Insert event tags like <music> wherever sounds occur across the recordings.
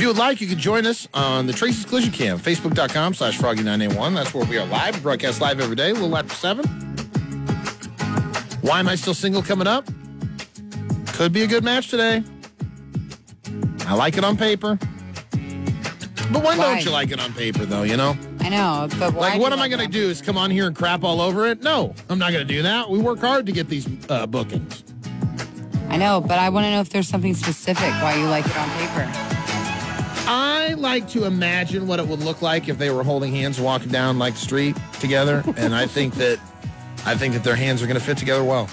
you would like, you can join us on the Tracy's Collision Cam, facebook.com slash froggy981. That's where we are live. We broadcast live every day, a little after 7. Why am I still single coming up? Could be a good match today. I like it on paper. But when Why? don't you like it on paper, though, you know? I know, but why Like, what do am I going to that? do? Is come on here and crap all over it? No, I'm not going to do that. We work hard to get these uh, bookings. I know, but I want to know if there's something specific why you like it on paper. I like to imagine what it would look like if they were holding hands walking down like the street <laughs> together, and I think that I think that their hands are going to fit together well.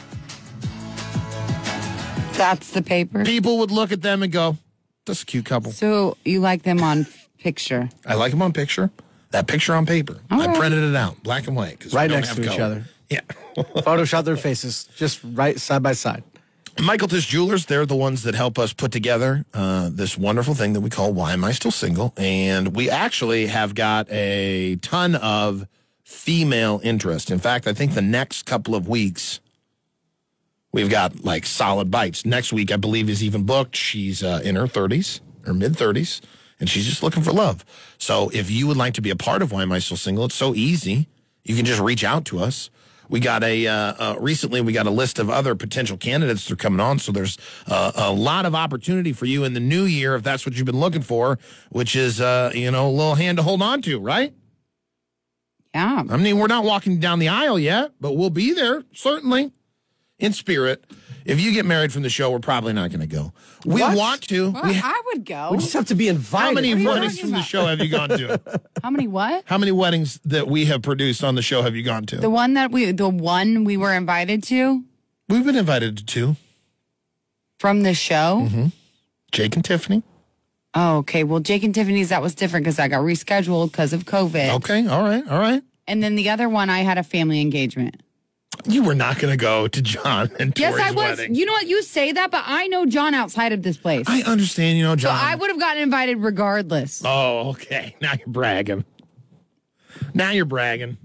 That's the paper. People would look at them and go, "That's a cute couple." So you like them on f- picture? I like them on picture. That picture on paper, I right. printed it out, black and white, 'cause we Right don't next have to each other. Yeah. Photoshop their faces just right side by side. Michael Tish Jewelers, they're the ones that help us put together uh, this wonderful thing that we call Why Am I Still Single? And we actually have got a ton of female interest. In fact, I think the next couple of weeks, we've got like solid bites. Next week, I believe, is even booked. She's uh, in her 30s or mid 30s, and she's just looking for love. So if you would like to be a part of Why Am I Still Single, it's so easy. You can just reach out to us. We got a uh, uh, recently we got a list of other potential candidates that are coming on. So there's uh, a lot of opportunity for you in the new year if that's what you've been looking for, which is uh, you know a little hand to hold on to, right? Yeah. I mean, we're not walking down the aisle yet, but we'll be there certainly in spirit. If you get married from the show, we're probably not going to go. We What? want to. Well, We- I would go. We just have to be invited. how many you weddings talking from the about? show have you gone <laughs> to? How many? What? How many weddings that we have produced on the show have you gone to? The one that we, the one we were invited to We've been invited to two. from the show. Mm-hmm. Jake and Tiffany. Oh, okay. Well, Jake and Tiffany's that was different because I got rescheduled because of COVID. Okay. All right. All right. And then the other one, I had a family engagement. You were not going to go to John and Yes, Tori's I was. wedding. You know what? You say that, but I know John outside of this place. I understand. You know, so John. I would have gotten invited regardless. oh, okay. Now you're bragging. Now you're bragging.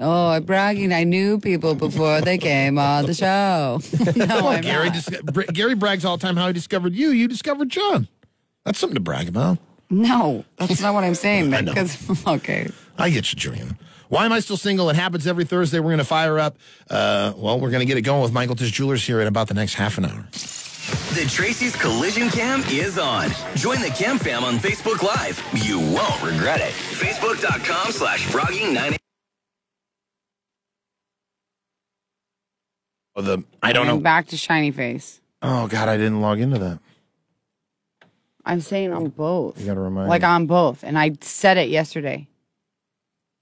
Oh, I'm bragging. I knew people before they came on <laughs> the show. no, I'm Gary not. dis- Br- Gary brags all the time how he discovered you. You discovered John. That's something to brag about. No, that's not what I'm saying. I know. Because <laughs> okay, I get you, Julian. Why am I still single? It happens every Thursday. We're going to fire up. Uh, well, we're going to get it going with Michael Tish Jewelers here in about the next half an hour. The Tracy's Collision Cam is on. Join the Cam Fam on Facebook Live. You won't regret it. Facebook.com slash froggy981. Oh, the I don't I'm know. back to shiny face. Oh God, I didn't log into that. I'm saying on both. You gotta remind Like me. on both, and I said it yesterday.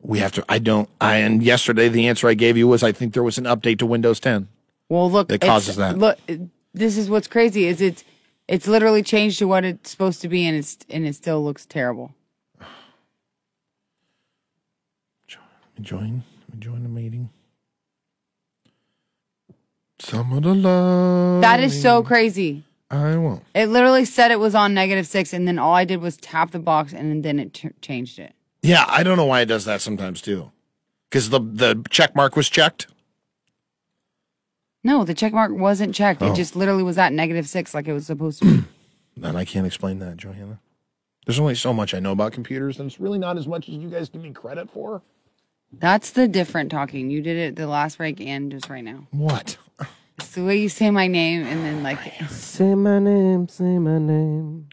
We have to. I don't. I and yesterday the answer I gave you was I think there was an update to Windows 10. Well, look, That it's- causes that. Look, this is what's crazy is it's it's literally changed to what it's supposed to be, and it's and it still looks terrible. Join. Join the meeting. Some of the love. That is Mm. so crazy. I won't. It literally said it was on negative six, and then all I did was tap the box, and then it t- changed it. Yeah, I don't know why it does that sometimes too. Because the the check mark was checked. No, the check mark wasn't checked. Oh. It just literally was at negative six, like it was supposed <clears throat> to. be. And I can't explain that, Johanna. There's only so much I know about computers, and it's really not as much as you guys give me credit for. That's the different talking. You did it the last break and just right now. What? It's the way you say my name, and then like Say my name, say my name.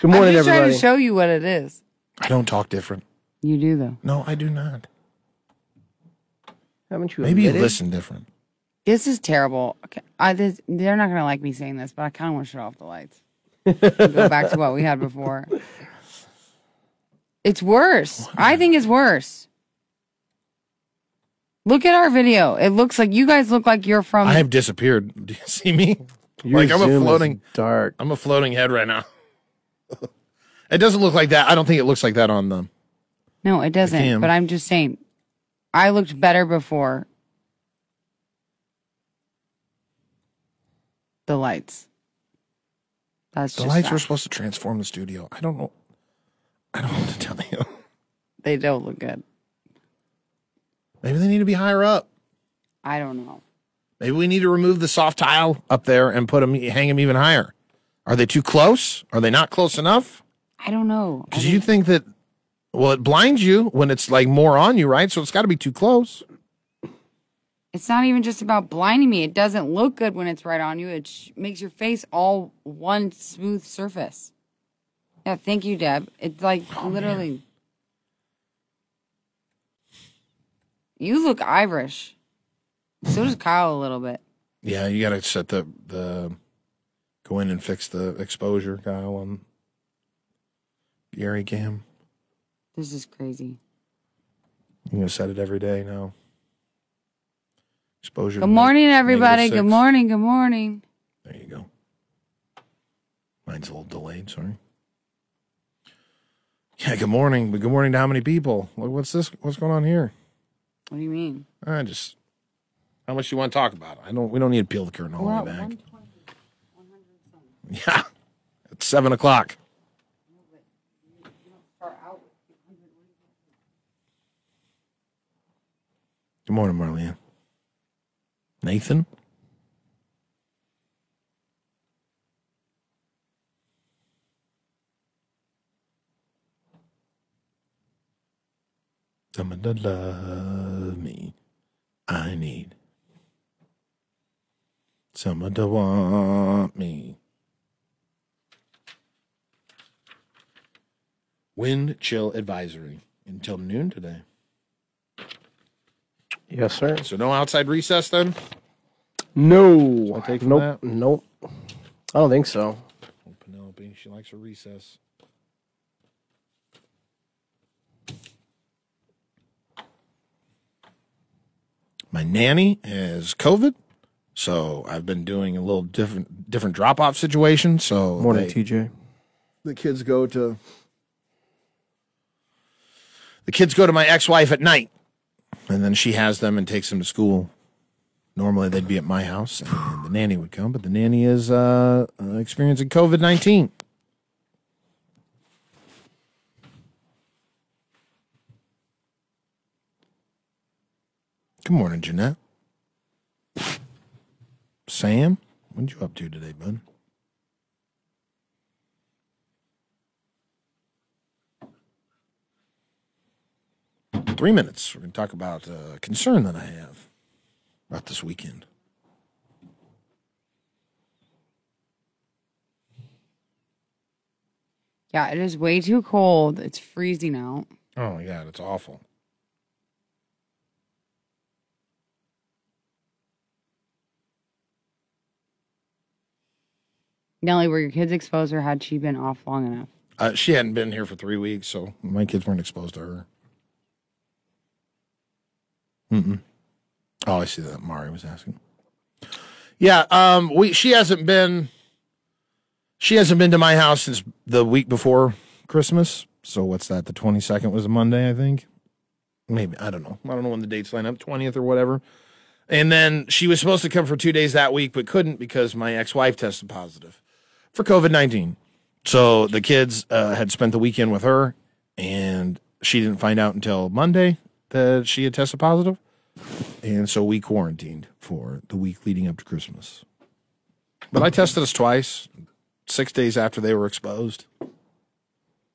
Good I'm morning, just trying everybody. to show you what it is. I don't talk different. You do though. No, I do not. Haven't you? Maybe you admitted? listen different. This is terrible. Okay, I, this, they're not gonna like me saying this, but I kind of want to shut off the <laughs> lights. go back to what we had before. It's worse. I think it's worse. Look at our video. It looks like you guys look like you're from. I have disappeared. <laughs> Do you see me? Your like I'm a Zoom is floating. dark. I'm a floating head right now. it doesn't look like that. I don't think it looks like that on them. no, it Cam. doesn't. But I'm just saying, I looked better before the lights. That's The just lights that. were supposed to transform the studio. I don't know. I don't <laughs> know what to tell you. they don't look good. Maybe they need to be higher up. I don't know. Maybe we need to remove the soft tile up there and put them, hang them even higher. Are they too close? Are they not close enough? I don't know. I Because you think that, well, it blinds you when it's like more on you, right? So it's got to be too close. It's not even just about blinding me. It doesn't look good when it's right on you. It sh- makes your face all one smooth surface. Yeah, thank you, Deb. It's like Oh, literally. You look Irish. So does Kyle a little bit. Yeah, you got to set the the go in and fix the exposure, Kyle, on Gary Cam. This is crazy. You gonna set it every day now? Exposure. Good morning, negative everybody. six. Good morning. Good morning. There you go. Mine's a little delayed. Sorry. Yeah. Good morning. But good morning to how many people? Like, what's this? What's going on here? What do you mean? I just how much you want to talk about? it? I don't. We don't need to peel the curtain all We're the at way back. 120. Yeah, it's seven o'clock. Good morning, Marlene. Nathan. Someone to love me, I need. Someone to want me. Wind chill advisory until noon today. Yes, sir. So no outside recess then. No. I take from nope. that? Nope. I don't think so. Oh, Penelope, she likes her recess. My nanny has COVID, so I've been doing a little different different drop off situation. So Morning, they- TJ. the kids go to the kids go to my ex-wife at night and then she has them and takes them to school normally they'd be at my house and the nanny would come but the nanny is uh, uh, experiencing covid-19 good morning jeanette sam what you up to today bud three minutes. We're going to talk about uh, concern that I have about this weekend. Yeah, it is way too cold. It's freezing out. Oh my god, it's awful. Nellie, were your kids exposed or had she been off long enough? Uh, she hadn't been here for three weeks, so my kids weren't exposed to her. Mm-mm. Oh, I see that Mari was asking. Yeah, um, we she hasn't been. She hasn't been to my house since the week before Christmas. So what's that? The twenty second was a Monday, I think. Maybe I don't know. I don't know when the dates line up, twentieth or whatever. And then she was supposed to come for two days that week, but couldn't because my ex wife tested positive for COVID nineteen. So the kids uh, had spent the weekend with her, and she didn't find out until Monday that she had tested positive. And so we quarantined for the week leading up to Christmas. But I tested us twice, six days after they were exposed.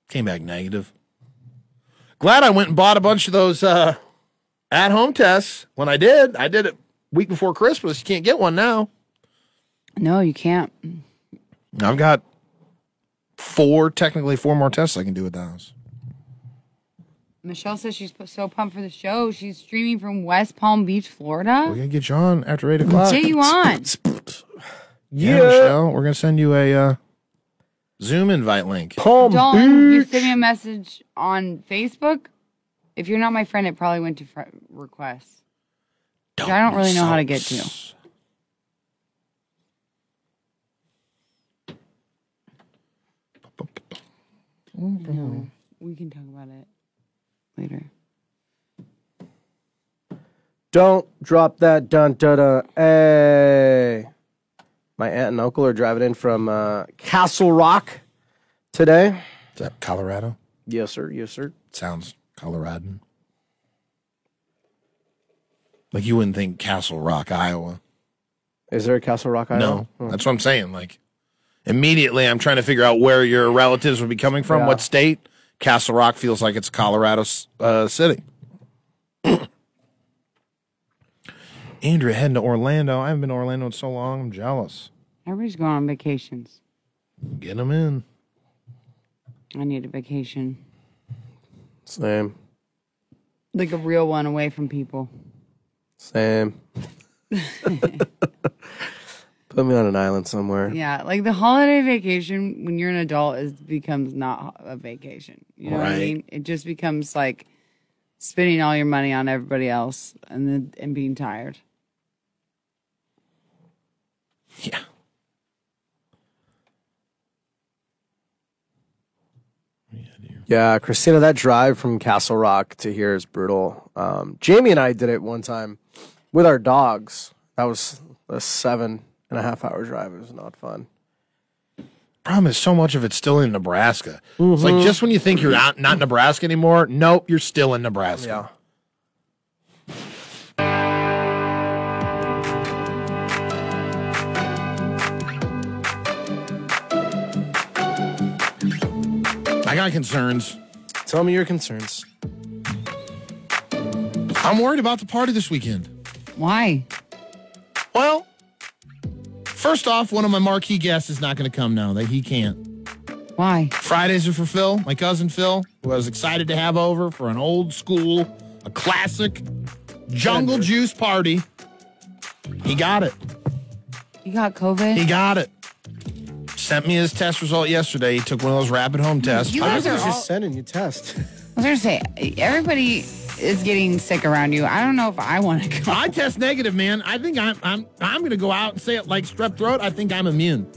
Came back negative. Glad I went and bought a bunch of those uh, at home tests when I did. I did it week before Christmas. You can't get one now. No, you can't. I've got four, technically four more tests I can do at the house. Michelle says she's p- so pumped for the show. She's streaming from West Palm Beach, We're Florida. gonna get you on after eight o'clock. Get you on. Yeah, Michelle, we're gonna send you a uh, Zoom invite link. Palm Dolan, you sent me Beach. a message on Facebook. If you're not my friend, it probably went to fr- requests. I don't really know how to get to. Sucks. No, we can talk about it later. Don't drop that dun dun dun. Hey. My aunt and uncle are driving in from uh, Castle Rock today. Is that Colorado? Yes, sir. Yes, sir. Sounds Coloradan. Like you wouldn't think Castle Rock, Iowa. Is there a Castle Rock? Iowa? No, Oh. that's what I'm saying. Like, immediately I'm trying to figure out where your relatives would be coming from, Yeah. what state. Castle Rock feels like it's Colorado s- uh, City. <clears throat> Andrea heading to Orlando. I haven't been to Orlando in so long. I'm jealous. Everybody's going on vacations. Get them in. I need a vacation, Same. like a real one, away from people. <laughs> Same. <laughs> Put me on an island somewhere. Yeah, like the holiday vacation when you're an adult is becomes not a vacation. You know what I Right. mean? It just becomes like spending all your money on everybody else and then and being tired. Yeah. Yeah, Christina, that drive from Castle Rock to here is brutal. Um, Jamie and I did it one time with our dogs. That was a seven and a half hour drive. It was not fun. Problem is, so much of it's still in Nebraska. It's like just when you think you're not, not in Nebraska anymore, nope, you're still in Nebraska. Yeah. I got concerns. Tell me your concerns. I'm worried about the party this weekend. Why? Well, first off, one of my marquee guests is not going to come now. That he can't. Why? Fridays are for Phil, my cousin Phil, who I was excited to have over for an old school, a classic jungle juice party. He got it. You got COVID? He got it. Sent me his test result yesterday. He took one of those rapid home tests. You guys are all, I sending you test. was gonna say everybody is getting sick around you. I don't know if I want to go. I test negative, man. I think I'm I'm I'm gonna go out and say it like strep throat. I think I'm immune.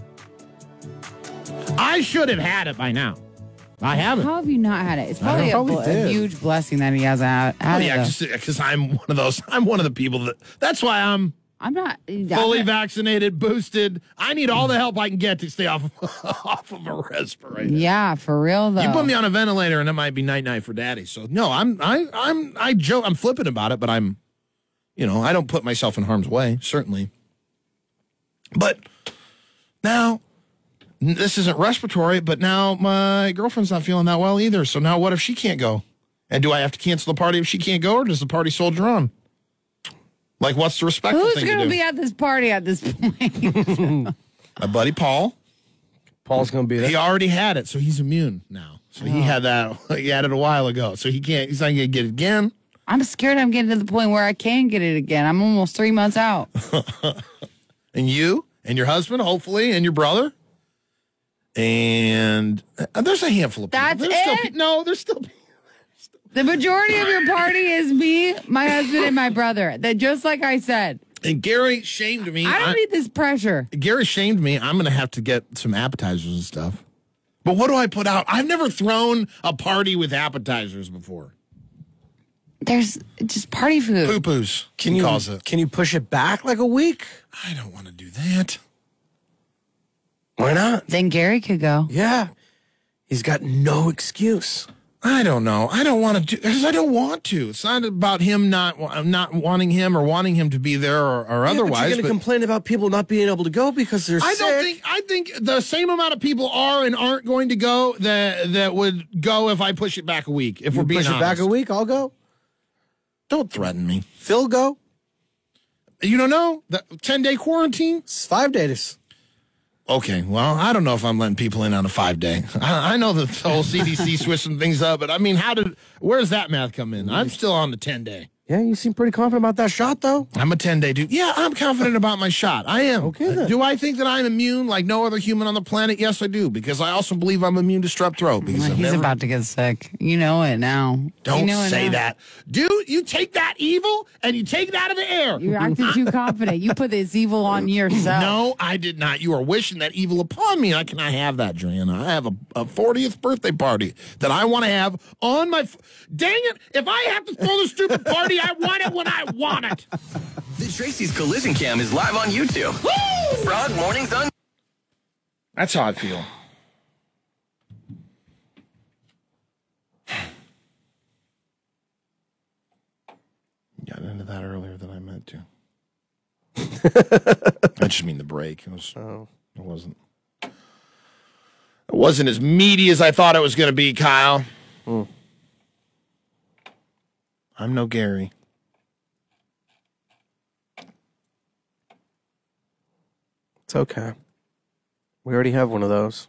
I should have had it by now. I haven't. How have you not had it? It's don't probably, a, know. Probably bl- a did. huge blessing that he hasn't had, had Oh, it. yeah, though. because I'm one of those. <laughs> I'm one of the people that. That's why I'm I'm not I'm fully not- vaccinated, boosted. I need all the help I can get to stay off off of <laughs> a respirator. Yeah, for real though. You put me on a ventilator, and it might be night night for daddy. So no, I'm I I'm I joke. I'm flippant about it, but I'm, you know, I don't put myself in harm's way certainly. But now, n- this isn't respiratory. But now my girlfriend's not feeling that well either. So now what if she can't go? And do I have to cancel the party if she can't go, or does the party soldier on? Like, what's the respectful Who's thing to gonna do? be at this party at this <laughs> point? my buddy Paul. <laughs> Paul's gonna be He there. already had it, so he's immune now. So Oh. he had that. <laughs> He had it a while ago, so he can't. He's not gonna get it again. I'm scared I'm getting to the point where I can get it again. I'm almost three months out. and you and your husband, hopefully, and your brother. And uh, there's a handful of people. That's There's still it? pe- no, there's still. pe- The majority of your party is me, my husband, and my brother. That just like I said, And Gary shamed me. I I- don't e-, need this pressure. Gary shamed me. I'm gonna have to get some appetizers and stuff. But what do I put out? I've never thrown a party with appetizers before. There's just party food. Poo poos. Can you calls it? Can you push it back like a week? I don't want to do that. Why not? Then Gary could go. Yeah. He's got no excuse. I don't know. I don't want to do because I don't want to. It's not about him not wa- not wanting him or wanting him to be there or, or Otherwise, otherwise. you're gonna but- complain about people not being able to go because they're I sick. don't think I think the same amount of people are and aren't going to go that that would go if I push it back a week. If we're being push it back honest. a week. I'll go. don't threaten me. Phil go. You don't know the ten day quarantine. It's five days. Okay, well I don't know if I'm letting people in on a five day. I, I know that the whole <laughs> CDC switched some things up, but I mean, how did where does that math come in? Mm. I'm still on the ten day. Yeah, you seem pretty confident about that shot though. I'm a 10 day dude. Yeah, I'm confident about my shot. I am. Okay, then. Do I think that I'm immune like no other human on the planet? Yes, I do, because I also believe I'm immune to strep throat. Because Well, I've he's never- about to get sick. You know it now. Don't you know uh, it say now. that. Dude, you take that evil and you take it out of the air. You're acting too confident. You put this evil on <laughs> yourself. no, I did not. You are wishing that evil upon me. I cannot have that, Joanna. I have a, a 40th birthday party that I want to have on my. F- Dang it. If I have to throw the stupid party, I want it when I want it. The Tracy's Collision Cam is live on YouTube. Frog mornings on That's how I feel. <sighs> Got into that earlier than I meant <laughs> to. Oh. I just mean the break. It was. It wasn't. wasn't as meaty as I thought it was going to be, Kyle. Mm. I'm no Gary. It's okay. We already have one of those.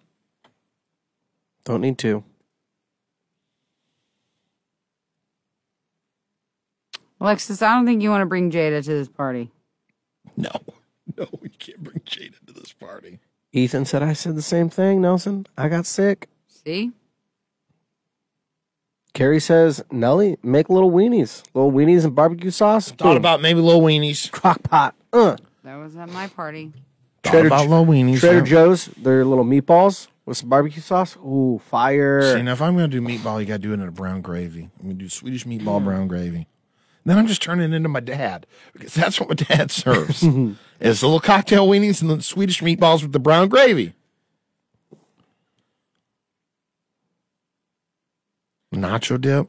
Don't need two. Alexis, I don't think you want to bring Jada to this party. No, <laughs> no, we can't bring Jada to this party. Ethan said I said the same thing, Nelson. I got sick. See? Carrie says, Nelly, make little weenies. Little weenies and barbecue sauce. Thought Boom. about maybe little weenies. crock pot. Uh. That was at my party. Thought Trader about little weenies. Trader huh? Joe's, their little meatballs with some barbecue sauce. Ooh, fire. See, now if I'm gonna do meatball, you gotta do it in a brown gravy. I'm gonna do Swedish meatball brown gravy. Then I'm just turning into my dad because that's what my dad <laughs> serves: is the little cocktail weenies and the Swedish meatballs with the brown gravy. Nacho dip.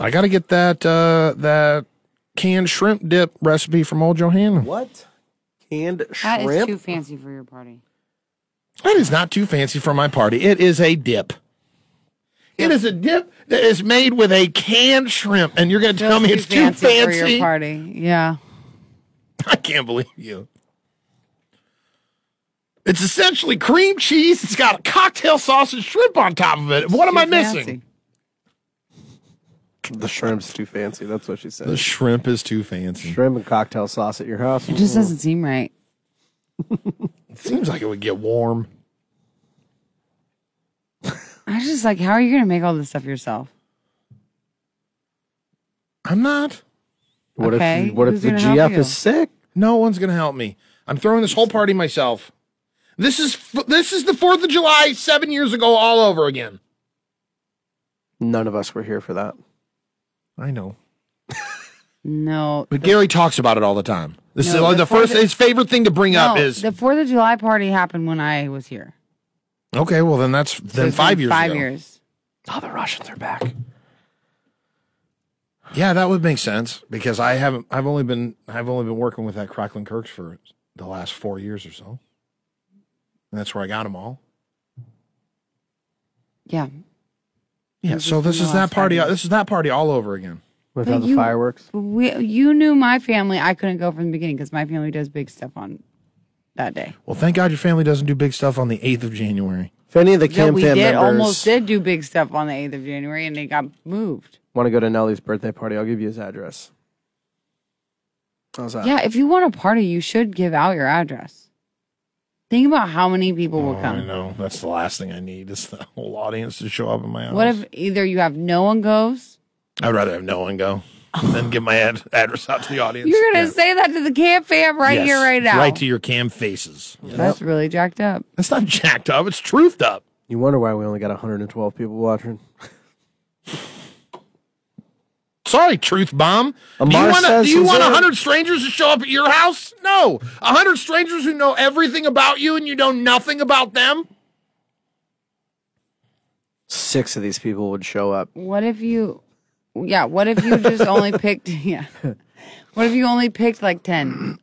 I gotta get that uh, that canned shrimp dip recipe from old Johanna. What? Canned That is shrimp? too fancy for your party. That is not too fancy for my party. It is a dip. It is a dip that is made with a canned shrimp, and you're going to tell me it's too for your fancy. party. Yeah. <laughs> I can't believe you. It's essentially cream cheese. It's got a cocktail sauce and shrimp on top of it. What am I Too missing? the shrimp's too fancy. That's what she said. shrimp is too fancy. shrimp and cocktail sauce at your house. It just doesn't seem right. It seems like it would get warm. I was just like, how are you going to make all this stuff yourself? I'm not. What Okay, if what if who's the gonna help GF you? is sick? No one's going to help me. I'm throwing this whole party myself. This is f- this is the 4th of July 7 years ago all over again. None of us were here for that. I know. No. But Gary talks about it all the time. This No, is like the the first Fourth of- his favorite thing to bring no, up is the 4th of July party happened when I was here. okay. Well, then that's So then it's been five years. Five ago. years. Oh, the Russians are back. Yeah, that would make sense because I haven't. I've only been. I've only been working with that Cracklin Kirks for the last four years or so, and that's where I got them all. Yeah. Yeah. It's So just been this the is last that five party. years. This is that party all over again. But Without the you- fireworks. We, you knew my family. I couldn't go from the beginning because my family does big stuff on that day. Well, thank God your family doesn't do big stuff on the eighth of January. If any of the Yeah, Cam we Fam did almost members did do big stuff on the 8th of January and they got moved. want to go to Nelly's birthday party, I'll give you his address. How's that? Yeah, if you want a party, you should give out your address. Think about how many people will Oh, I come. know that's the last thing I need is the whole audience to show up in my house. What if either you have no one goes? I'd rather have no one go than give my ad- address out to the audience. You're going Yeah. to say that to the camp fam right Yes, here, right now. Right to your cam faces. That's really jacked up. That's not jacked up. It's truthed up. You wonder why we only got 112 people watching. Sorry, truth bomb. do Amar you want says do you want deserved. hundred strangers to show up at your house? No, hundred strangers who know everything about you and you know nothing about them. Six of these people would show up. What if you, yeah, what if you just only picked, <laughs> yeah. What if you only picked like <clears throat> 10?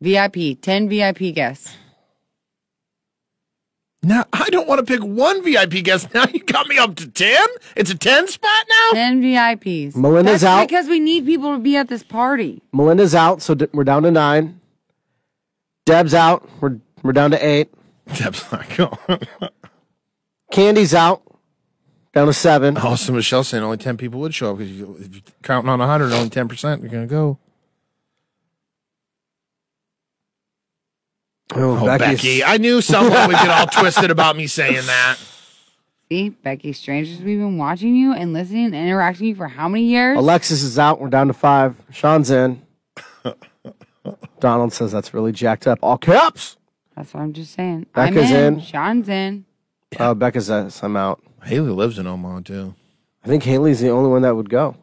VIP, 10 VIP guests. Now I don't want to pick one VIP guest. <laughs> Now you got me up to ten. It's a ten spot now. 10 VIPs. Melinda's That's out. Because we need people to be at this party. Melinda's out, so d- we're down to nine. Deb's out. We're we're down to eight. <laughs> That's not going. Candy's out. Down to seven. Also, Michelle saying only ten people would show up because you, if you're counting on hundred, only ten percent are going to go. Oh, Oh, Becky's- Becky, I knew someone would get <laughs> all twisted about me saying that. See, Becky, strangers, we've been watching you and listening and interacting with you for how many years? Alexis is out. We're down to five. <laughs> Sean's in. Donald says that's really jacked up. All caps. That's what I'm just saying. Becca's I'm in. in. Sean's in. Uh, Becca says I'm out. Haley lives in Omaha too. I think Haley's the only one that would go.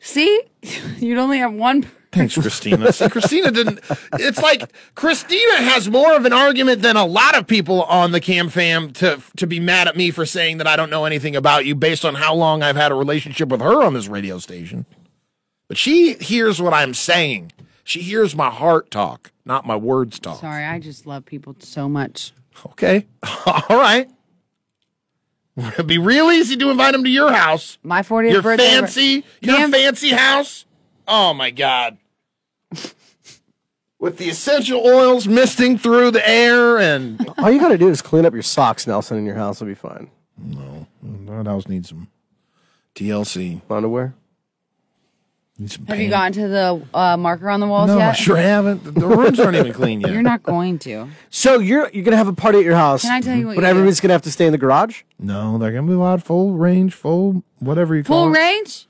See, <laughs> you'd only have one. per- Thanks, Christina. <laughs> See, Christina didn't. It's like Christina has more of an argument than a lot of people on the Cam Fam to to be mad at me for saying that I don't know anything about you based on how long I've had a relationship with her on this radio station. But she hears what I'm saying. She hears my heart talk, not my words talk. Sorry, I just love people so much. Okay. <laughs> All right. It'd be real easy to invite him to your house. My 40th your birthday. fancy, your Cam- fancy house. Oh my god. With the essential oils misting through the air and All you got to do is clean up your socks, Nelson, in your house. will be fine. that house needs some TLC. Underwear. Needs some Have you paint. gotten to the uh, marker on the walls No, I yet? sure haven't. The- The rooms aren't even clean yet. <laughs> You're not <laughs> going to. So you're you're gonna have a party at your house. Can I tell you what But you do? everybody's gonna have to stay in the garage. no, they're gonna be loud, full range, full whatever you call Full it. range?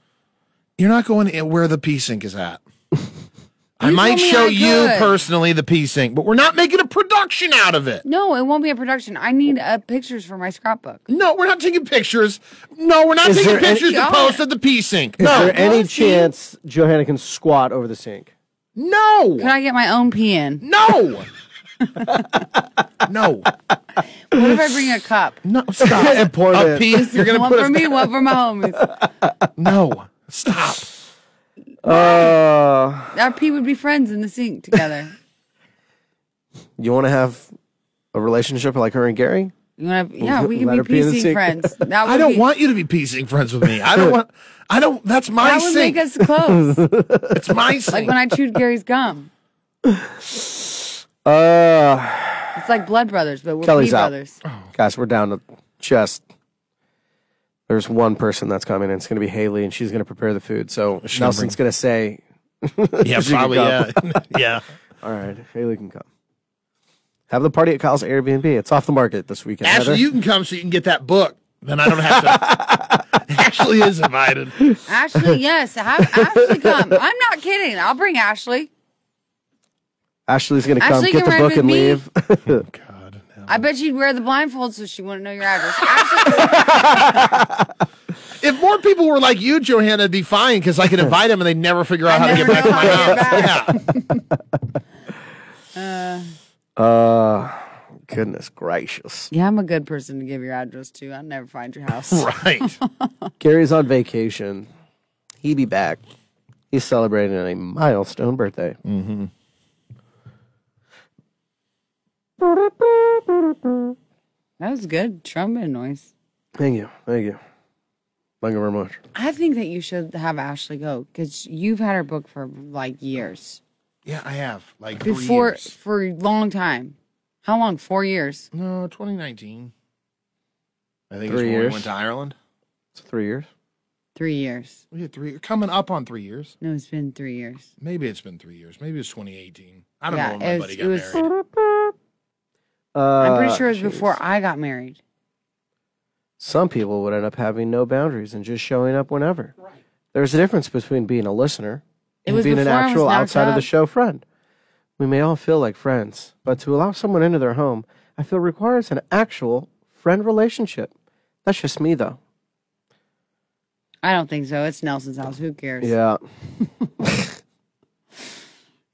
You're not going in where the pee sink is <laughs> at. I might told me show I you could. personally the pee sink, but we're not making a production out of it. No, it won't be a production. I need uh, pictures for my scrapbook. No, we're not taking pictures. No, we're not Is taking there any- pictures to Y'all- post at the pee sink. Is No, there any Nelson. chance Johanna can squat over the sink? Could no, I get my own pee in? <laughs> no, no, What if I bring a <laughs> cup? no. Stop. And pour a it in. pee. You're gonna one put for us- me, one for my <laughs> homies. no. Stop. <laughs> Uh, Our pee would be friends in the sink together. you want to have a relationship like her and Gary? You <laughs> want to? Yeah, we let can her be pee in the PC sink. friends. That would I don't be- want you to be pee sink friends with me. I don't want. I don't. That's my That would sink. make us close. <laughs> it's my <laughs> like sink. when I chewed Gary's gum. Uh, It's like blood brothers, but we're Kelly's pee out. brothers. Oh. guys, we're down to just. There's one person that's coming, and it's gonna be Haley, and she's gonna prepare the food. So Nelson's gonna say, yeah, can probably. Yeah, <laughs> <laughs> yeah. "All right, Haley can come." Have the party at Kyle's Airbnb. It's off the market this weekend. Ashley, Heather. you can come so you can get that book. Then I don't have to. <laughs> Ashley is invited. Ashley, yes, have Ashley <laughs> come. I'm not kidding. I'll bring Ashley. Ashley's gonna come, Ashley get can the ride book, with and me. leave. God, I bet she'd wear the blindfold so she wouldn't know your address. <laughs> Ashley, if more people were like you, Johanna, it'd be fine because I <laughs> could invite them and they'd never figure out how I to get never back to know my how to house. get back. Yeah. Uh, goodness gracious. yeah, I'm a good person to give your address to. I'll never find your house. <laughs> Right. Gary's on vacation. He'd be back. He's celebrating a milestone birthday. That was good trumpet noise. Thank you. Thank you. Thank you very much. I think that you should have Ashley go because you've had her book for like years. Yeah, I have. Like three Before years. for a long time. How long? Four years. No, 2019. I think Three it's when we years. went to Ireland. It's three years. Three years. We had three. Coming up on three years. No, it's been three years. Maybe it's been three years. Maybe it's 2018. I don't Yeah, know when my it was- buddy it got was- married. Uh, I'm pretty sure it was jeez. before I got married. Some people would end up having no boundaries and just showing up whenever. There's a difference between being a listener It and was being an before I was actual knocked outside of the up. show friend. We may all feel like friends, but to allow someone into their home, I feel requires an actual friend relationship. That's just me, though. I don't think so. It's Nelson's house. Who cares? Yeah.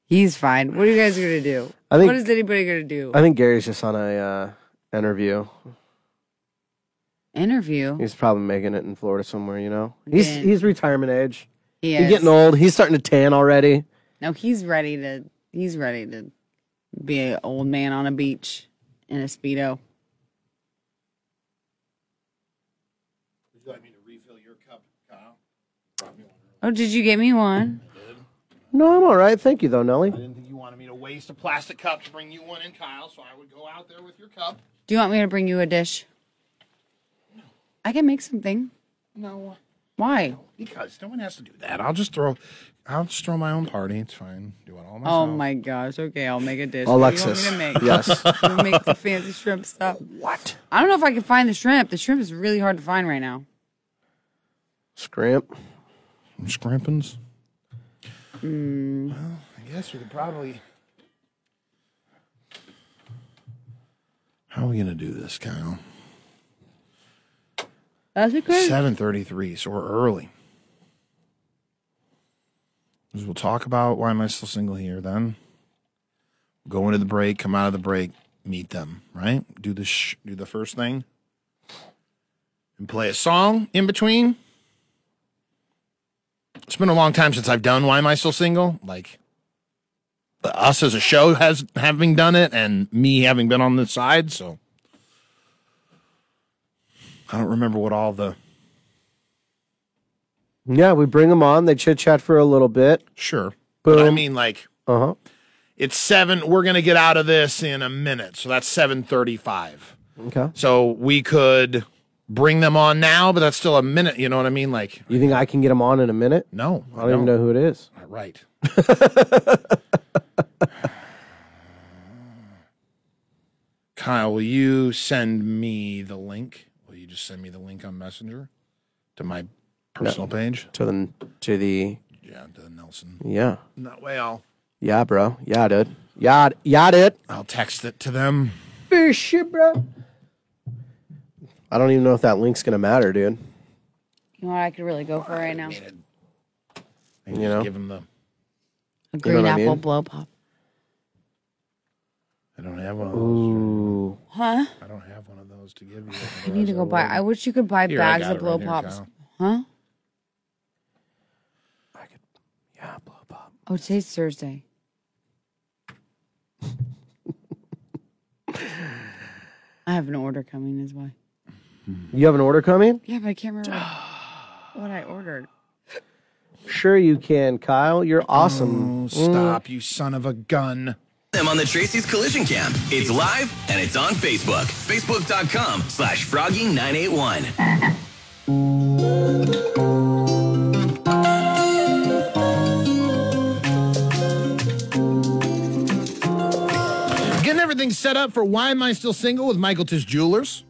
He's fine. What are you guys gonna do? I think- what is anybody gonna do? I think Gary's just on a uh, interview. Interview. He's probably making it in Florida somewhere, you know. He's Yeah. he's retirement age. He He's is. getting old. He's starting to tan already. No, he's ready to. He's ready to be an old man on a beach in a speedo. Would you like me to refill your cup, Kyle? Oh, did you get me one? No, I'm all right. Thank you though, Nelly. didn't think you wanted me to waste a plastic cup to bring you one in, Kyle, so I would go out there with your cup. Do you want me to bring you a dish? I can make something. No. Why? Because no one has to do that. I'll just throw I'll just throw my own party. It's fine. Do it all myself. Oh my gosh. Okay, I'll make a dish. Alexis. What do you want me to make? Yes. You want me to make the fancy shrimp stuff. What? I don't know if I can find the shrimp. The shrimp is really hard to find right now. Scrimp. Scrimpins? Well, I guess we could probably. How are we gonna do this, Kyle? That's okay. Seven thirty-three, so we're early. 'Cause We'll talk about why am I still single here. Then go into the break, come out of the break, meet them. Right? Do the sh- do the first thing, and play a song in between. It's been a long time since I've done why am I still single. Like us as a show has having done it, and me having been on the side, so I don't remember what all the Yeah, we bring them on. They chit chat for a little bit. sure, but I Boom. mean like Uh huh. it's seven. We're gonna get out of this in a minute, so that's seven thirty-five. Okay. So we could bring them on now, but that's still a minute. You know what I mean? Like You think I can get them on in a minute? no, I don't even know who it is. Not <laughs> right. Kyle, will you send me the link? Will you just send me the link on Messenger to my personal page? To the to the Yeah, to the Nelson. yeah And that way I'll yeah bro yeah dude yeah yeah dude I'll text it to them. for sure bro. I don't even know if that link's gonna matter, dude. You know what I could really go for right now? And You just know? give them the. A green what I apple mean? blow pop. I don't have one of those. Ooh, Huh? I don't have one of those to give you. You need to go buy. I wish you could buy Here, I bags got of it blow right here, pops. Kyle. Huh? I could yeah blow pop. Oh, today's Thursday. I have an order coming, is why. You have an order coming? Yeah, but I can't remember what, what I ordered. Sure you can, Kyle. You're Oh, awesome. Mm, stop, you son of a gun. Them on the Tracy's Collision Cam. It's live and it's on Facebook. Facebook.com slash Froggy981. Getting everything set up for Why Am I Still Single with Michael Tish Jewelers.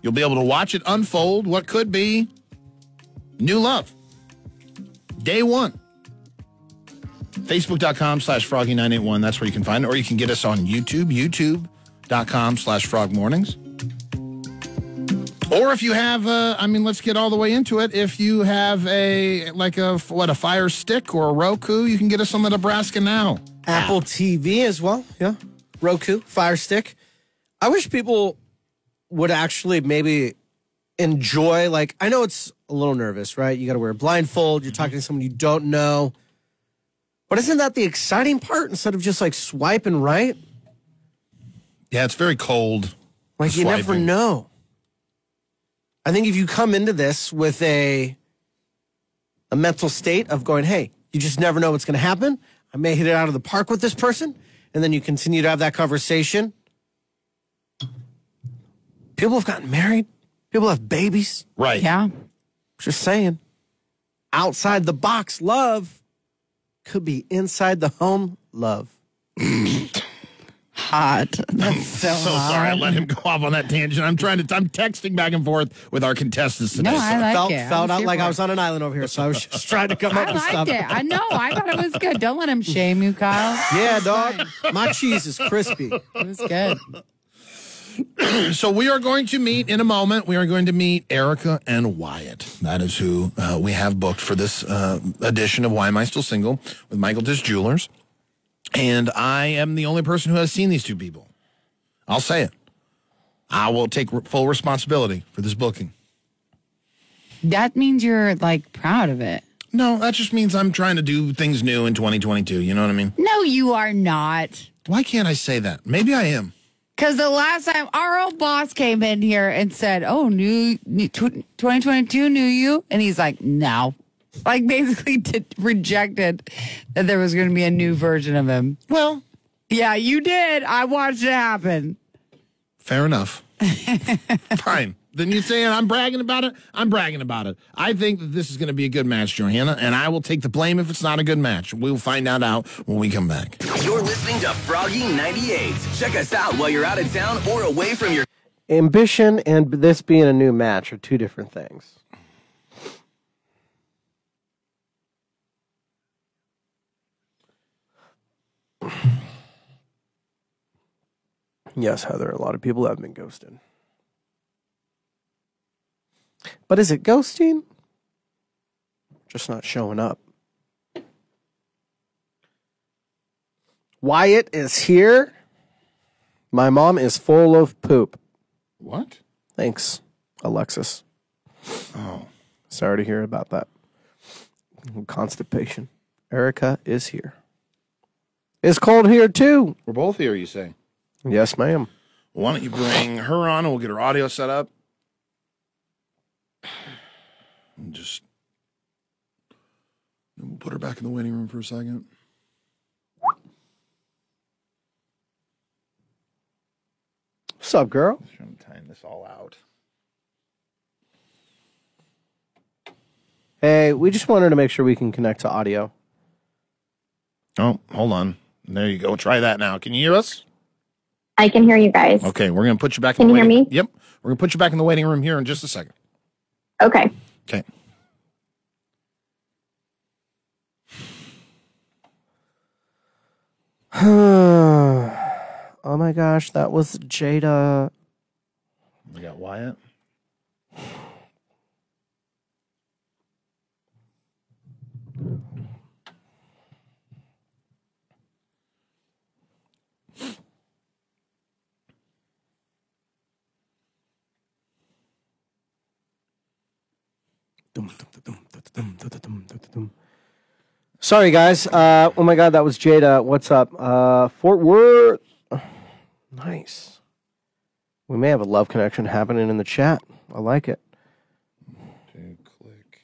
You'll be able to watch it unfold what could be new love. Day one. Facebook.com slash froggy981. That's where you can find it. Or you can get us on YouTube, youtube.com slash frog mornings. Or if you have, uh, I mean, let's get all the way into it. If you have a, like a, what, a Fire Stick or a Roku, you can get us on the Nebraska Now. Apple TV as well. Yeah. Roku, Fire Stick. I wish people would actually maybe enjoy, like, I know it's a little nervous, right? You got to wear a blindfold. You're talking to someone you don't know. But isn't that the exciting part instead of just like swiping right? Yeah, it's very cold. Like, you never Swiping. know. I think if you come into this with a a mental state of going, hey, you just never know what's going to happen. I may hit it out of the park with this person, and then you continue to have that conversation. People have gotten married. People have babies. Right. Yeah. Just saying, outside the box love could be inside the home love. Hot. That's <laughs> so, so sorry um, I let him go off on that tangent. I'm trying to. I'm texting back and forth with our contestants today. No, I like felt it. I felt was out here like for I it. was on an island over here, so I was just trying to come up I with stuff. liked it. I know. I thought it was good. Don't let him shame you, Kyle. Yeah, dog. My cheese is <laughs> crispy. It was <laughs> good. so we are going to meet in a moment. We are going to meet Erica and Wyatt. That is who uh, we have booked for this uh, edition of Why Am I Still Single with Michael Dish Jewelers. And I am the only person who has seen these two people. I'll say it. I will take re- full responsibility for this booking. That means you're like proud of it. No, that just means I'm trying to do things new in 2022. You know what I mean? No, you are not. Why can't I say that? Maybe I am. Because the last time our old boss came in here and said, "Oh, new, new tw- 2022, new you," and he's like, "No," like basically <laughs> did, rejected that there was going to be a new version of him. Well, Yeah, you did. I watched it happen. Fair enough. Fine. Then you saying I'm bragging about it? I'm bragging about it. I think that this is going to be a good match, Johanna, and I will take the blame if it's not a good match. We'll find that out when we come back. You're listening to Froggy98. Check us out while you're out of town or away from your Ambition and this being a new match are two different things. Yes, Heather, a lot of people have been ghosted. But is it ghosting? Just not showing up. Wyatt is here. My mom is full of poop. What? Thanks, Alexis. Oh. Sorry to hear about that. Constipation. Erica is here. It's cold here too. We're both here, you say? Yes, ma'am. Why don't you bring her on and we'll get her audio set up? And <sighs> just and we'll put her back in the waiting room for a second. What's up, girl? trying to time this all out. Hey, we just wanted to make sure we can connect to audio. <sighs> Oh, hold on. There you go. Try that now. Can you hear us? I can hear you guys. Okay, we're gonna put you back. Can in the you hear waiting- me? Yep, we're gonna put you back in the waiting room here in just a second. Okay. Okay. oh my gosh, that was Jada. We got Wyatt. Sorry, guys. Uh, oh my God, that was Jada. What's up? Uh, Fort Worth. <sighs> Nice. We may have a love connection happening in the chat. I like it. To click.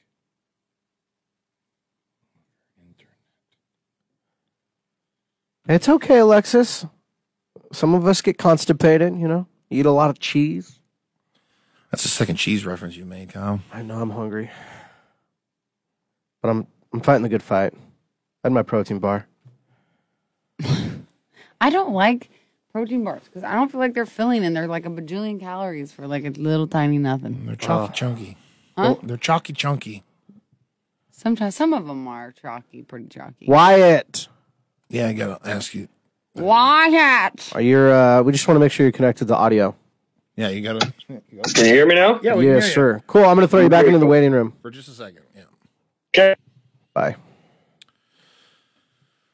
It's okay, Alexis. Some of us get constipated, you know, eat a lot of cheese. That's the second cheese reference you made, Kyle. I know I'm hungry, but I'm I'm fighting the good fight. I had my protein bar. I don't like protein bars because I don't feel like they're filling and they're like a bajillion calories for like a little tiny nothing. They're chalky chunky. Huh? Oh, they're chalky chunky. Sometimes some of them are chalky, pretty chalky. Wyatt, Yeah, I gotta ask you. Wyatt, are you? Uh, we just want to make sure you're connected to audio. Yeah, you gotta Can you hear me now? Yeah, we can yes, hear you. sir. Cool. I'm gonna throw you back into the waiting room. for just a second. Yeah. Okay. Bye.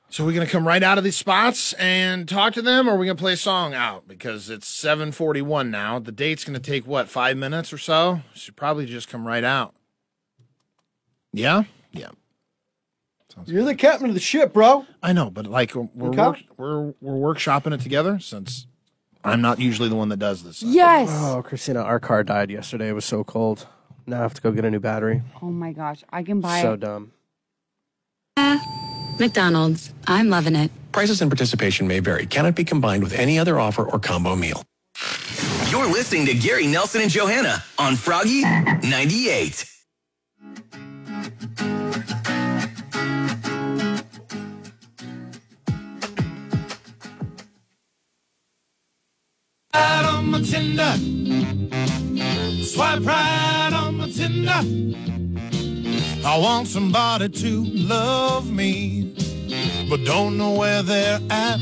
So we're gonna come right out of these spots and talk to them, or we're gonna play a song out because it's seven forty one now. The date's gonna take what five minutes or so. Should probably just come right out. Yeah, yeah. You're the captain of the ship, bro. I know, but like we're we're, Okay. work, we're we're workshopping it together since I'm not usually the one that does this. yes. Oh, Christina, our car died yesterday. It was so cold. Now I have to go get a new battery. Oh my gosh, I can buy So it. dumb. McDonald's. I'm loving it. Prices and participation may vary. Cannot be combined with any other offer or combo meal. You're listening to Gary Nelson and Johanna on Froggy 98. Swipe right on my Tinder. I want somebody to love me, but don't know where they're at.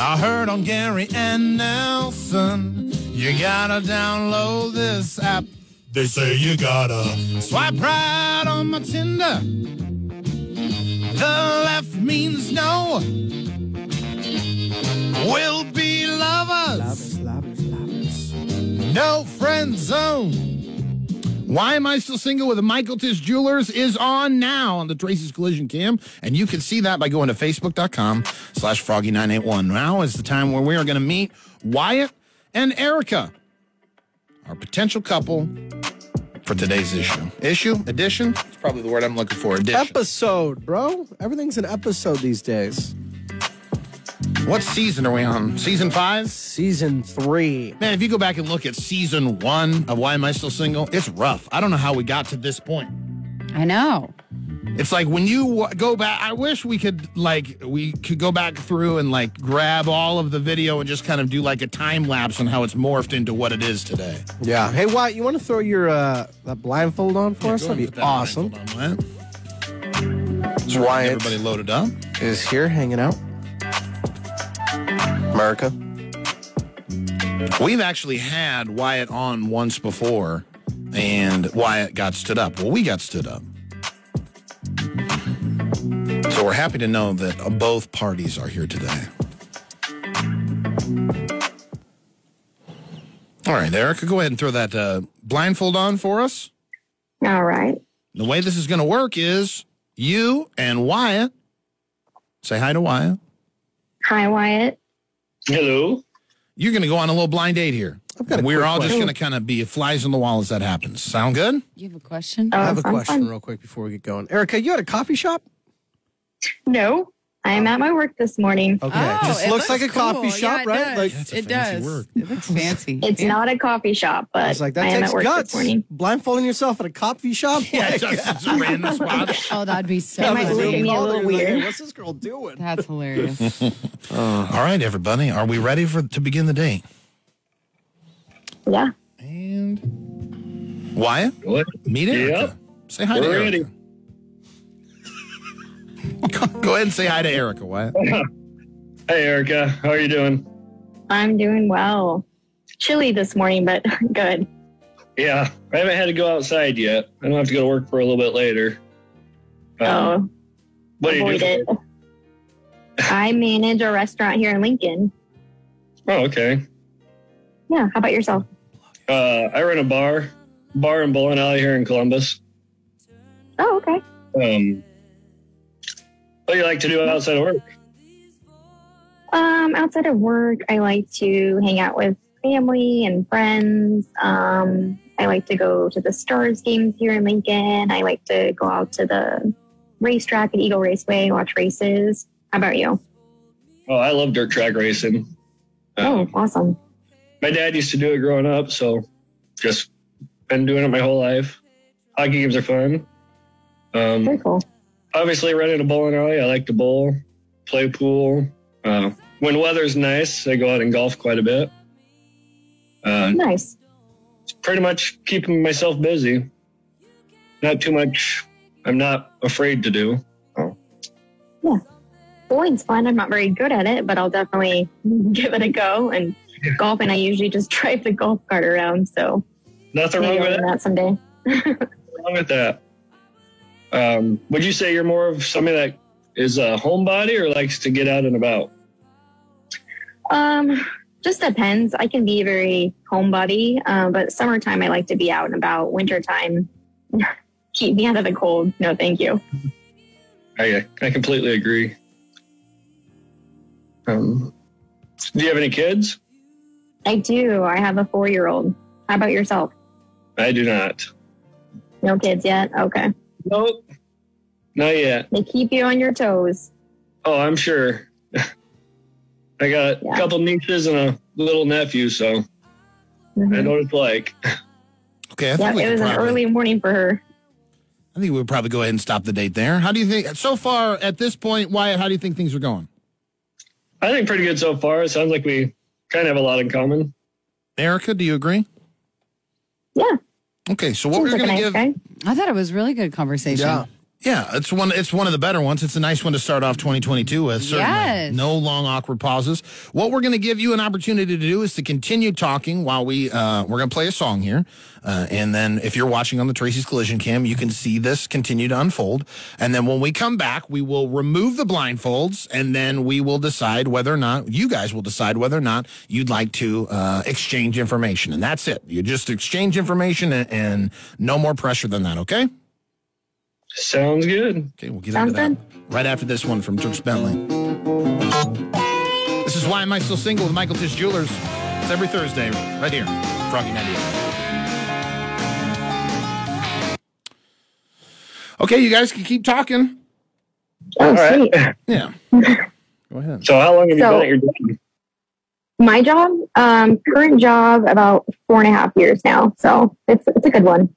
I heard on Gary and Nelson, you gotta download this app. They say you gotta swipe right on my Tinder. The left means no. We'll be lovers. No friend zone. Why am I still single with Michael Tis Jewelers is on now on the Tracy's Collision Cam. And you can see that by going to facebook.com slash froggy981. Now is the time where we are going to meet Wyatt and Erica, our potential couple for today's issue. Issue? Edition? It's probably the word I'm looking for. Edition. Episode, bro. Everything's an episode these days. What season are we on? Season five? Season three. Man, if you go back and look at season one of Why Am I Still Single, it's rough. I don't know how we got to this point. I know. It's like when you w- go back. I wish we could like we could go back through and like grab all of the video and just kind of do like a time lapse on how it's morphed into what it is today. Yeah. Hey, Wyatt, you want to throw your uh, that blindfold on for us? Go ahead and put That'd be that awesome. blindfold on, Wyatt. It's Wyatt Everybody loaded up. is here hanging out. America. We've actually had Wyatt on once before, and Wyatt got stood up. Well, we got stood up. So we're happy to know that uh, both parties are here today. All right, Erica, go ahead and throw that uh, blindfold on for us. All right. The way this is going to work is you and Wyatt say hi to Wyatt. Hi, Wyatt. Hello. You're going to go on a little blind date here. I've got a We're quick all just question. going to kind of be flies on the wall as that happens. Sound good? You have a question? Oh, I have a fun, question fun. real quick before we get going. Erica, you had a coffee shop? No. I'm at my work this morning. Okay. Oh, just it looks, like a cool. coffee Yeah, shop, it right? Does. Like That's a it fancy does. word. It <laughs> looks fancy. <laughs> It's Yeah. not a coffee shop, but I I, was like, that am takes at work guts. this morning. Blindfolding yourself at a coffee <laughs> shop? <laughs> Like, just random spot. Oh, that'd be I so might was look funny. at me a all there, little like, weird. hey, what's this girl doing? That's <laughs> hilarious. All right, everybody, are we ready for to begin the day? Yeah. And Wyatt, What? meet Erica. Say hi to We're Erica. <laughs> Go ahead and say hi to Erica, Wyatt. Hey, Erica. How are you doing? I'm doing well. Chilly this morning, but <laughs> good. Yeah. I haven't had to go outside yet. I don't have to go to work for a little bit later. Um, So what do you Oh, avoid do? it. I manage a restaurant here in Lincoln. Oh, okay. Yeah. How about <laughs> yourself? Uh, I run a bar, bar and bowling alley here in Columbus. Oh, okay. Um, what do you like to do outside of work? Um, outside of work, I like to hang out with family and friends. Um, I like to go to the Stars games here in Lincoln. I like to go out to the racetrack at Eagle Raceway, watch races. How about you? Oh, I love dirt track racing. Uh, Oh, awesome. my dad used to do it growing up, so just been doing it my whole life. Hockey games are fun. Very Um, cool. obviously, running a bowling alley, I like to bowl, play pool. Uh, when weather's nice, I go out and golf quite a bit. Uh, Nice. pretty much keeping myself busy. Not too much. I'm not afraid to do. Bowling's fun. I'm not very good at it, but I'll definitely <laughs> give it a go. And golfing, I usually just <laughs> drive the golf cart around. So Nothing maybe wrong I'll with do that. that someday. Wrong with that. Um, would you say you're more of somebody that is a homebody or likes to get out and about? Um, just depends. I can be very homebody, uh, but summertime I like to be out and about. Wintertime, <laughs> keep me out of the cold. No, thank you. I I completely agree. Um, do you have any kids? I do. I have a four year old. How about yourself? I do not. No kids yet? Okay. Nope. Not yet. They keep you on your toes. Oh, I'm sure. <laughs> I got Yeah. a couple nieces and a little nephew, so I Mhm. know what it's like. <laughs> Okay, I think Yep, we it can was an probably, early morning for her. I think we would probably go ahead and stop the date there. How do you think so far at this point, Wyatt? How do you think things are going? I think pretty good so far. It sounds like we kind of have a lot in common. Erica, do you agree? Yeah. Okay, so what we're Seems like a going to nice give guy. I thought it was really good conversation. Yeah. Yeah, it's one. It's one of the better ones. It's a nice one to start off 2022 with. Certainly, Yes. no long awkward pauses. What we're going to give you an opportunity to do is to continue talking while we uh, we're going to play a song here, uh, and then if you're watching on the Tracy's Collision Cam, you can see this continue to unfold. And then when we come back, we will remove the blindfolds, and then we will decide whether or not you guys will decide whether or not you'd like to uh, exchange information. And that's it. You just exchange information, and, and no more pressure than that. Okay. Sounds good. Okay, we'll get Sounds into that right after this one from Tooks Bentley. This is why am I still single with Michael Tish Jewelers. It's every Thursday, right here, Froggy 98. Okay, you guys can keep talking. Oh, All right. sweet. Yeah. Go ahead. So, how long have you So- been at your job? My job, um, current job, about four and a half years now. So it's, it's a good one.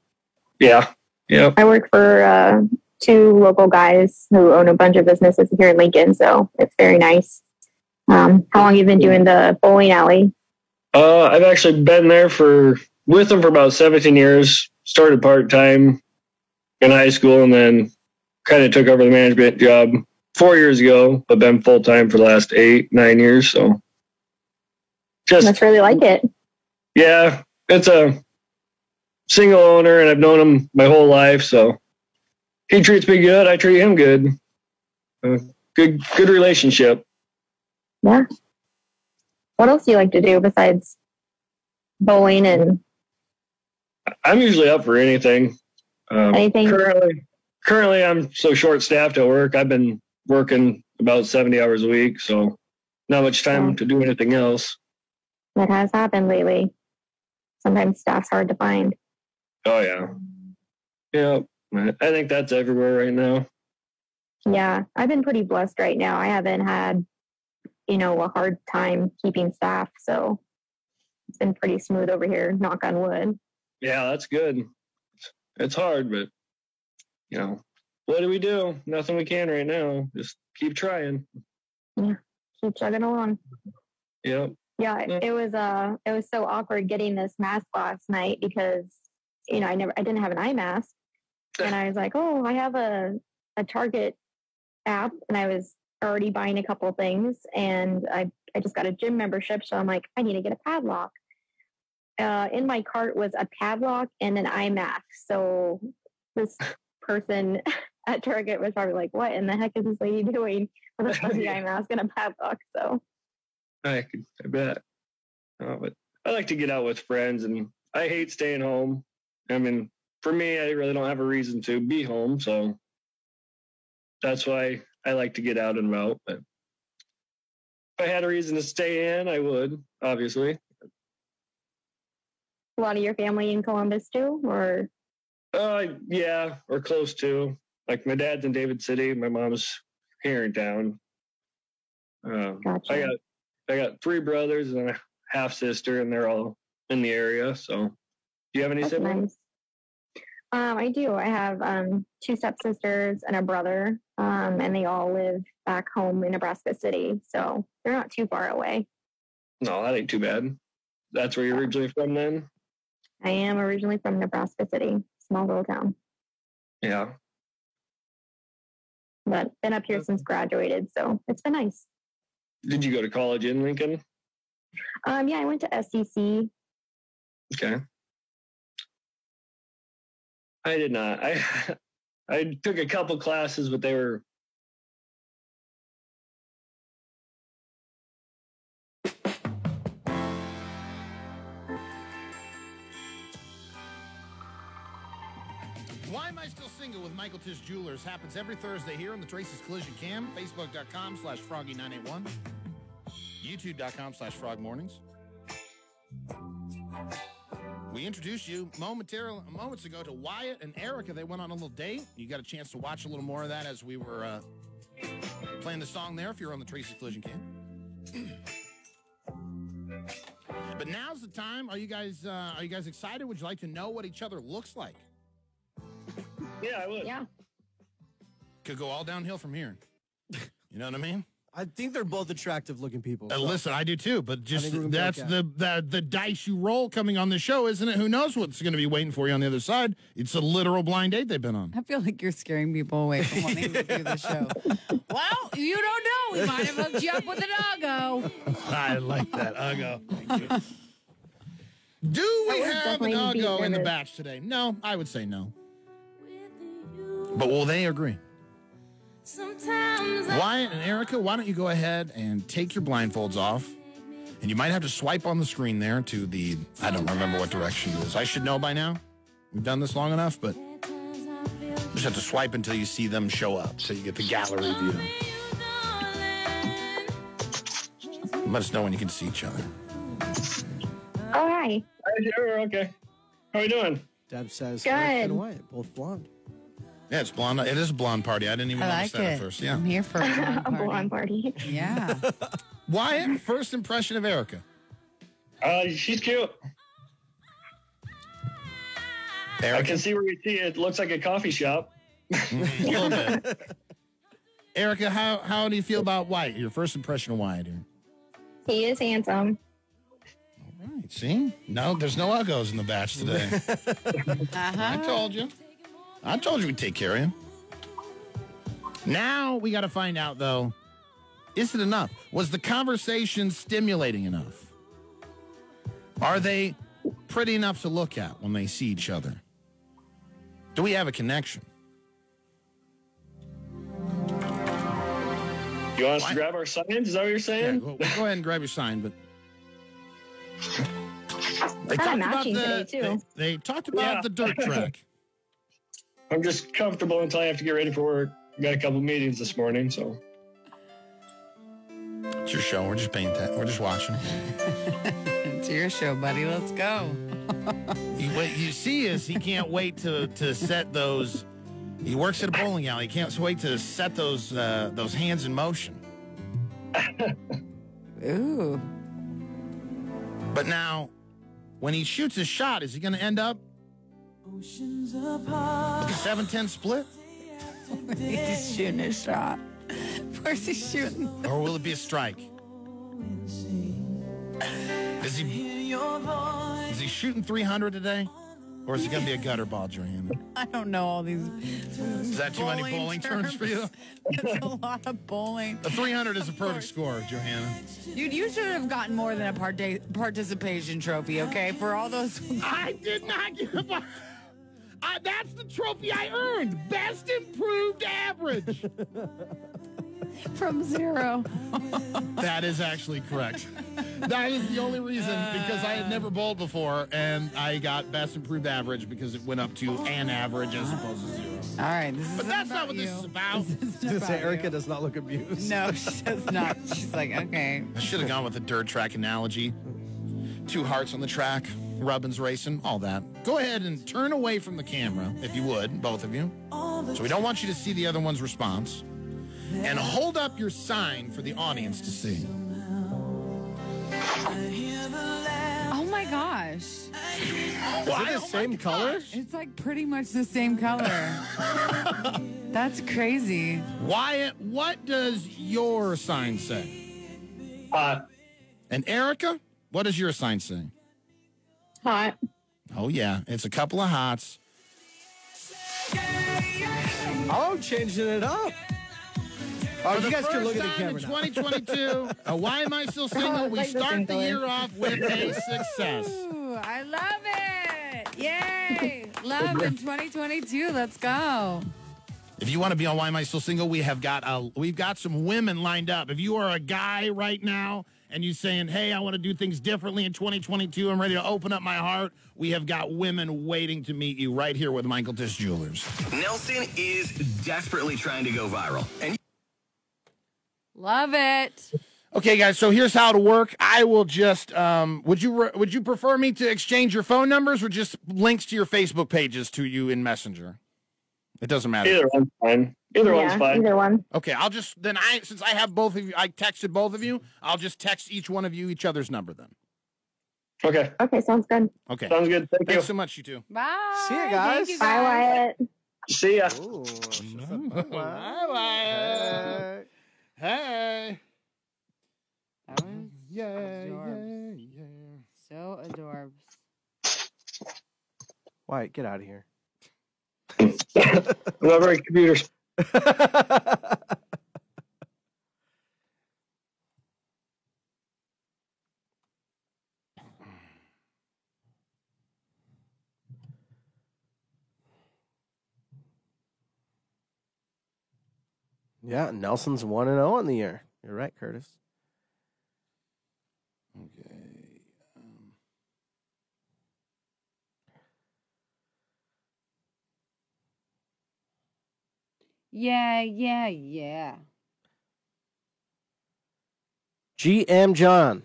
Yeah. Yep. I work for uh, two local guys who own a bunch of businesses here in Lincoln, so it's very nice. Um, how long you been doing the bowling alley? Uh, I've actually been there for with them for about 17 years. Started part time in high school, and then kind of took over the management job four years ago, but been full time for the last eight, nine years. So, just Must really like it. yeah, it's a single owner, and I've known him my whole life. So he treats me good, I treat him good. Uh, good, good relationship. Yeah. What else do you like to do besides bowling and I'm usually up for anything. Um, anything? Currently, currently, I'm so short staffed at work. I've been working about 70 hours a week, so not much time Wow. to do anything else. That has happened lately. sometimes staff's hard to find. Oh yeah. Yep. I think that's everywhere right now. Yeah, I've been pretty blessed right now. I haven't had, you know, a hard time keeping staff. So it's been pretty smooth over here, knock on wood. Yeah, that's good. It's- It's hard, but you know, what do we do? Nothing we can right now. Just keep trying. Keep chugging along. Yep. Yeah, it, it was uh it was so awkward getting this mask last night because you know, I never I didn't have an eye mask. And I was like, Oh, I have a, a Target app and I was already buying a couple things and I, I just got a gym membership, so I'm like, I need to get a padlock. Uh, in my cart was a padlock and an eye mask. So this person at Target was probably like, What in the heck is this lady doing with a fucking eye mask and a padlock? So I could, I bet. Uh, but I like to get out with friends, and I hate staying home. I mean, for me, I really don't have a reason to be home, so that's why I like to get out and about. But if I had a reason to stay in, I would obviously. a lot of your family in Columbus too, or Uh, yeah, or close to. Like my dad's in David City, my mom's here in town. Um, Gotcha. I got I got three brothers and a half sister, and they're all in the area. So, do you have any That's siblings? nice. Um, I do. I have um, two stepsisters and a brother, um, and they all live back home in Nebraska City, so they're not too far away. No, that ain't too bad. That's where you're originally from, then. I am originally from Nebraska City, small little town, Yeah. but been up here since graduated, so it's been nice. Did you go to college in Lincoln? Um, yeah, I went to SCC. Okay. I did not. I <laughs> I took a couple classes, but they were Why Am I Still Single with Michael Tish Jewelers happens every Thursday here on the Traces Collision Cam, facebook.com slash froggy981, youtube.com slash frog mornings. We introduced you momentarily moments ago to Wyatt and Erica. They went on a little date. You got a chance to watch a little more of that as we were uh, playing the song there if you're on the Traces Collision Cam. but now's the time. Are you guys uh, are you guys excited? Would you like to know what each other looks like? yeah, I would. Yeah. could go all downhill from <laughs> here. You know what I mean? I think they're both attractive looking people. Uh, so- listen, I do too, but just think we're that's back the, the the dice you roll coming on the show, isn't it? Who knows what's going to be waiting for you on the other side? It's a literal blind date they've been on. I feel like you're scaring people away from wanting to do the <laughs> show. well, you don't know. We might have hooked you up with a doggo. I like that Ugo. Do we would have an definitely be Ugo in the nervous. batch today? No, I would say no. But will they agree? Wyatt and Erica, why don't you go ahead and take your blindfolds off? And you might have to swipe on the screen there to the, I don't remember what direction it is. I should know by now. We've done this long enough, but you just have to swipe until you see them show up so you get the gallery view. Let us know when you can see each other. Oh, hi. I sure, okay. How we doing? Deb says Good. Eric and Wyatt, both blonde. Yeah, it's blonde. It is a blonde party. I didn't even I notice like that at it. first. I'm Yeah. here <laughs> for a blonde A party. blonde party. <laughs> Yeah. Wyatt, first impression of Erica. Uh, she's cute. I Erica, can see where you see it. It looks like a coffee shop. a little bit. Erica, how how do you feel about Wyatt? Your first impression of Wyatt here. He is handsome. All right. See, no, there's no uggos in the batch today. I told you. I told you we'd take care of him. Now we got to find out though. Is it enough? Was the conversation stimulating enough? Are they pretty enough to look at when they see each other? Do we have a connection? You want us What? to grab our signs? Is that what you're Yeah, saying? go, go ahead and grab your sign, but they Kinda talked about matching the, today, too. They, they talked about Yeah. the dirt track. I'm just comfortable until I have to get ready for work. Got a couple meetings this morning, so It's your show. We're just paying that. We're just watching. it's your show, buddy. Let's go. He, what you see is he can't wait to to set those. He works at a bowling alley. He can't wait to set those uh, those hands in motion. Ooh. <laughs> But now, when he shoots his shot, is he going to end up with a 7-10 split, He's shooting his shot. Of course he's shooting. or will it be a strike? Is he is he shooting three hundred today, or is he going to be a gutter ball, Johanna? <laughs> I don't know all these. Is that too many bowling terms for <laughs> you? That's a lot of bowling. A 300 is a perfect score, Johanna. Dude, you should have gotten more than a parta- participation trophy, okay? For all those. <laughs> I did not give up. I, that's the trophy I earned. Best improved average. <laughs> From zero. <laughs> that is actually correct. That is the only reason because I had never bowled before and I got best improved average because it went up to an average as opposed to zero. All right. This But isn't that's about not what you. this is about. <laughs> This To isn't say about Erica you. does not look abused. No, she does not. She's like, okay. I should have gone with the dirt track analogy. Two hearts on the track, Rubbins racing, all that. Go ahead and turn away from the camera, if you would, both of you. So we don't want you to see the other one's response. And hold up your sign for the audience to see. Oh my gosh. Why? Oh The same color? It's like pretty much the same color. <laughs> That's crazy. Wyatt, what does your sign say? Uh, Hot. And Erica, what does your sign say? Hot. Oh, yeah, it's a couple of hots. Oh, changing it up. Oh, For you the guys first can look at the time camera in now. <laughs> 2022, uh, why am I still single? We like the start the single. year off with a success. Ooh, I love <laughs> it. Yay. Love in 2022. Let's go. If you want to be on Why Am I Still Single, we have got a we've got some women lined up. If you are a guy right now and you saying, "Hey, I want to do things differently in 2022. I'm ready to open up my heart." We have got women waiting to meet you right here with Michael Tish Jewelers. Nelson is desperately trying to go viral, and Love it. Okay, guys. So here's how to work. I will just um, would you re- would you prefer me to exchange your phone numbers or just links to your Facebook pages to you in Messenger? It doesn't matter. Either one's fine. Either one's yeah, fine. either one. Okay, I'll just then I since I have both of you, I texted both of you. I'll just text each one of you each other's number then. Okay. Okay, sounds good. Okay. Sounds good. Thank you. Thanks so much, you two. Bye. See ya, Thank guys. you, Bye, Wyatt. See ya. Ooh, she said, Bye, Wyatt. "Bye." Hey. That was Yeah, yeah, Adorbs. yeah. so adorbs. Wyatt, get out of here. I love our computers. <laughs> yeah, Nelson's 1 and 0 in the year. You're right, Curtis. Okay. um, Yeah, yeah, yeah. GM John.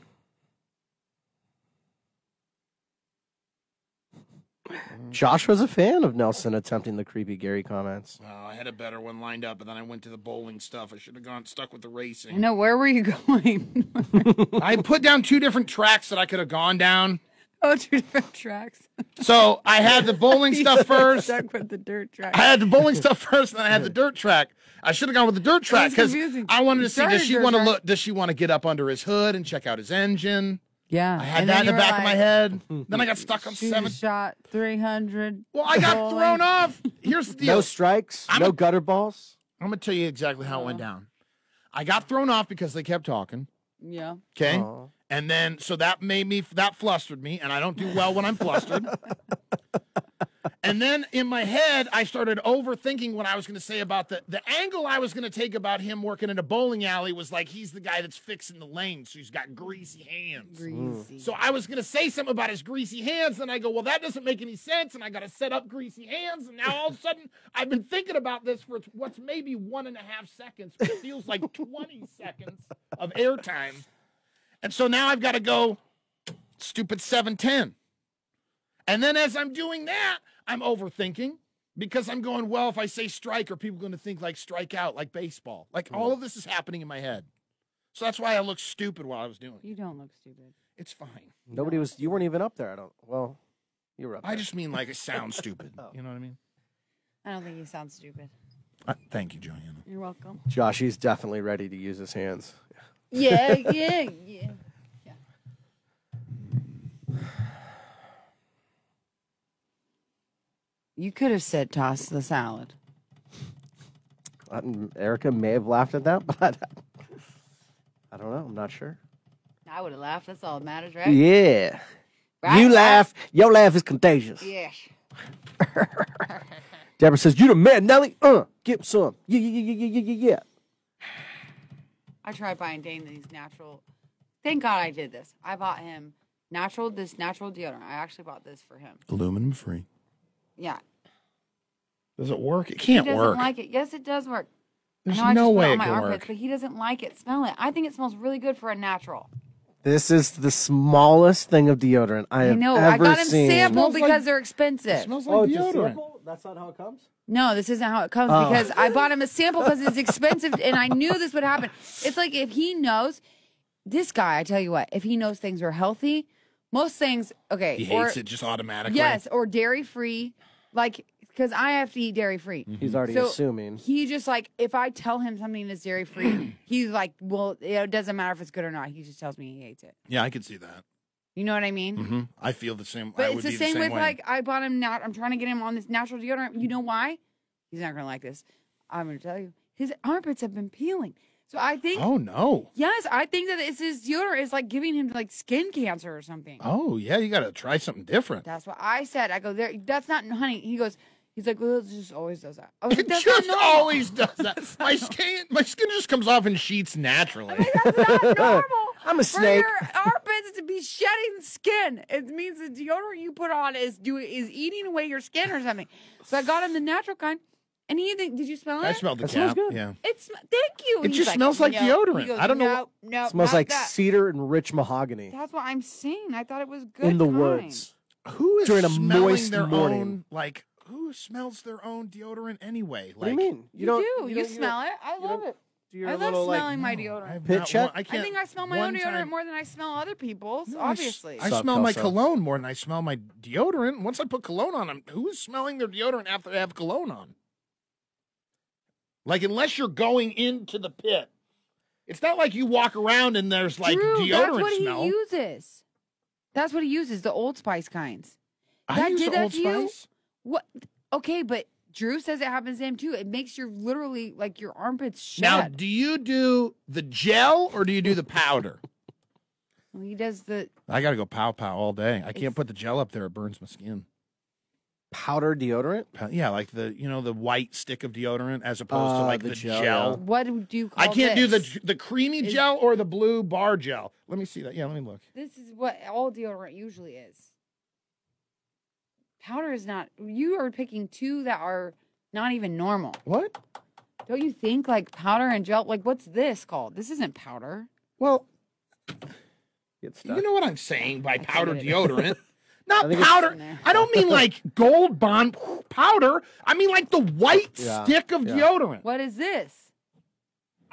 Josh was a fan of Nelson attempting the creepy Gary comments. Well, I had a better one lined up, but then I went to the bowling stuff. I should have gone stuck with the I racing. know. Where were you <laughs> going? I put down two different tracks that I could have gone down. oh, two different tracks. So I had the <laughs> bowling stuff first. I Stuck with the dirt track. had the bowling stuff first, and then I had the dirt track. I should have gone with the dirt track That's because confusing. I wanted You to see does started she dirt want to track. look? Does she want to get up under his hood and check out his engine? yeah. I had And that then in you the were back of like, my <laughs> head. Then I got stuck on "Shoot, seven. shot 300. Well, I got bowling." thrown off. Here's the deal. No strikes, I'm no a- gutter balls. I'm gonna tell you exactly how it Uh-huh. went down. I got thrown off because they kept talking. Yeah. Okay. Aw. And then so that made me that flustered me, and I don't do well when I'm flustered. and then in my head, I started overthinking what I was gonna say about the the angle I was gonna take about him working in a bowling alley was like he's the guy that's fixing the lane, so he's got greasy hands. Greasy. So I was gonna say something about his greasy hands, and I go, well, that doesn't make any sense, and I gotta set up greasy hands, and now all of a sudden I've been thinking about this for what's maybe one and a half seconds, but it feels like 20 seconds of airtime. And so now I've got to go stupid 710. And then as I'm doing that, I'm overthinking because I'm going, well, if I say strike, are people going to think like strike out, like baseball? Like all of this is happening in my head. So that's why I looked stupid while I was doing it. You don't look stupid. It's fine. Nobody was. You weren't even up there. I don't. Well, you were up. I there. just mean like it <laughs> sounds stupid. You know what I mean? I don't think you sound stupid. Uh, thank you, Joanna. You're welcome. Josh, he's definitely ready to use his hands. Yeah, yeah, yeah. You could have said toss the salad. Um, Erica may have laughed at that, <laughs> but I don't know. I'm not sure. I would have laughed. That's all that matters, right? Yeah. Right, you right? laugh. Your laugh is contagious. Yeah. Deborah says, You the man, Nelly. Uh, get some. Yeah, yeah, yeah, yeah, yeah, yeah, yeah. I tried buying Dane these natural. Thank God I did this. I bought him natural this natural deodorant. I actually bought this for him. Aluminum free. Yeah. Does it work? It He can't doesn't work. like it. Yes, it does work. There's I know I no just put way it it on my can armpits, work. but he doesn't like it. Smell it. I think it smells really good for a natural. This is the smallest thing of deodorant I I have know. I ever got him seen. sample Smells like- because they're expensive. smells like deodorant. That's not how it comes? No, this isn't how it comes Oh. because I bought him a sample because it's expensive and I knew this would happen. It's like if he knows this guy, I tell you what, if he knows things are healthy, most things okay. He or, hates it just automatically. Yes, or dairy free. Like because I have to eat dairy free. Mm-hmm. He's already So- assuming. He just like if I tell him something that's dairy free, <clears throat> he's like, well, it doesn't matter if it's good or not. He just tells me he hates it. Yeah, I could see that. You know what I mean? hmm I feel the same. I But would it's the be same, with way. like I bought him now. I'm trying to get him on this natural deodorant. You know why? He's not gonna like this. I'm gonna tell you. His armpits have been peeling. So I think Oh no. yes, I think that it's his deodorant is like giving him like skin cancer or something. Oh yeah, you got to try something different. That's what I said. I go there. That's not honey. He goes. He's like, well, it just always does that. I was like, It that's just not normal. always does <laughs> that. my skin, my skin just comes off in sheets naturally. That's not normal. I'm a For snake. your armpits to be shedding skin. It means the deodorant you put on is doing is eating away your skin or something. So I got him the natural kind, and he did, did you smell it? I smelled the That smells cap. good. Yeah, It sm- thank you. It just smells like deodorant. He goes, I don't know No, no, It smells not like that. cedar and rich mahogany That's what I'm saying. I thought it was good in the kind. woods. who is During a smelling moist their morning. own like? Who smells their own deodorant anyway? Like, What do you mean? You, do. You, smell it. I you love don't it. do your I love little, like, smelling my I have deodorant. Pit not check? one- I, I can't, think I smell my own one deodorant time- more than I smell other people's. No, I s- obviously. I, Sup, smell my Kelso? cologne more than I smell my deodorant. Once I put cologne on, I'm, who's smelling their deodorant after they have cologne on? Like, unless you're going into the pit, it's not like you walk around and there's like Drew, deodorant that's what smell. he uses. That's what he uses. The Old Spice kinds. I That use did the that Old to you? Spice. What? Okay, but Drew says it happens to him too. It makes your literally like your armpits Now, shed. do you do the gel or do you do the powder? Well, he does the I gotta go pow pow all day. I can't It's- put the gel up there; it burns my skin. Powder deodorant? Pow- Yeah, like the you know the white stick of deodorant as opposed to Uh, like the, the gel. gel, yeah. what do you call? I can't do this? the the creamy Is- gel or the blue bar gel. Let me see that. Yeah, let me look. This is what all deodorant usually is. Powder is not. You are picking two that are not even normal. What? Don't you think? Like powder and gel. Like what's this called? This isn't powder. Well, Get you know what I'm saying by powder get it. <laughs> deodorant. Not think it's- powder. I don't mean like gold bond powder. I mean like the white Yeah, stick of yeah. deodorant. What is this?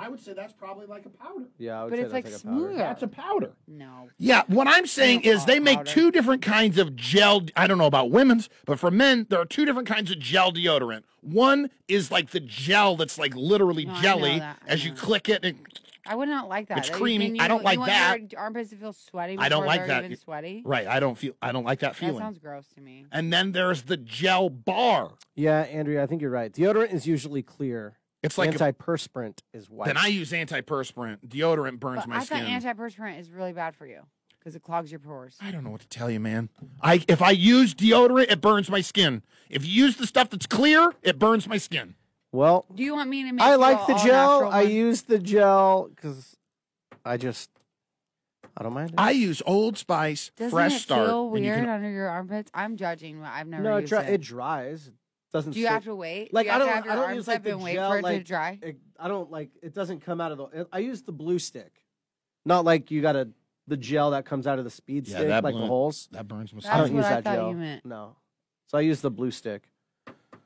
I would say that's probably like a powder. Yeah, I would But say it's like that's a powder. smoother. That's a powder. No. Yeah, what I'm saying is they make Powder. two different kinds of gel. I don't know about women's, but for men, there are two different kinds of gel deodorant. One is like the gel that's like literally No, I know jelly that, I as you know. click it. And, I would not like that. It's That- creamy. and I don't you like want that. Your armpits to feel sweaty. I don't before like they're that. Even sweaty. right, I don't feel I don't like that That feeling. sounds gross to me. and then there's the gel bar. Yeah, Andrea, I think you're right. Deodorant is usually clear. It's like a- antiperspirant is white. then I use antiperspirant. Deodorant burns But my I skin. thought antiperspirant is really bad for you because it clogs your pores. I don't know what to tell you, man. I if I use deodorant, it burns my skin. If you use the stuff that's clear, it burns my skin. well, Do you want me to make? I you like all- the all gel. natural I one? use the gel because I just I don't mind it. I use Old Spice Doesn't Fresh it Start. feel and you weird can- under your armpits? I'm judging. I've never no, it, used dry, it. it dries. It doesn't. Do you sit- have to wait? like Do you have I don't. To have your I don't arms use up like the and wait gel. for it like to dry. it- I don't like. It doesn't come out of the. I use the blue stick, not like you got to the gel that comes out of the speed Yeah, stick, that like the blue- holes. That burns my I That's don't use what I that thought gel. you meant. No, so I use the blue stick.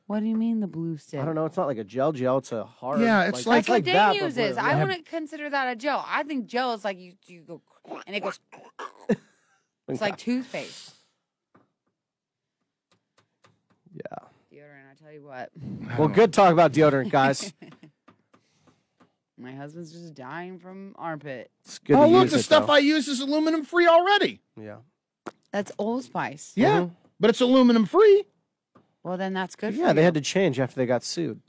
What do you mean the blue stick? I don't know. It's not like a gel gel. It's a hard. Yeah, it's That's like- what Dane that, but uses. blue. I Yeah. wouldn't consider that a gel. I think gel is like you you go and it goes. it's like toothpaste. Yeah. Deodorant. I tell you what, <laughs> Well, good talk about <laughs> deodorant, guys. my husband's just dying from armpit. It's good oh, to look, use the it, stuff though. I use is aluminum free already. Yeah. Mm-hmm. That's Old Spice. Yeah, but it's aluminum free. Well, then that's good. Yeah, for they you. had to change after they got sued.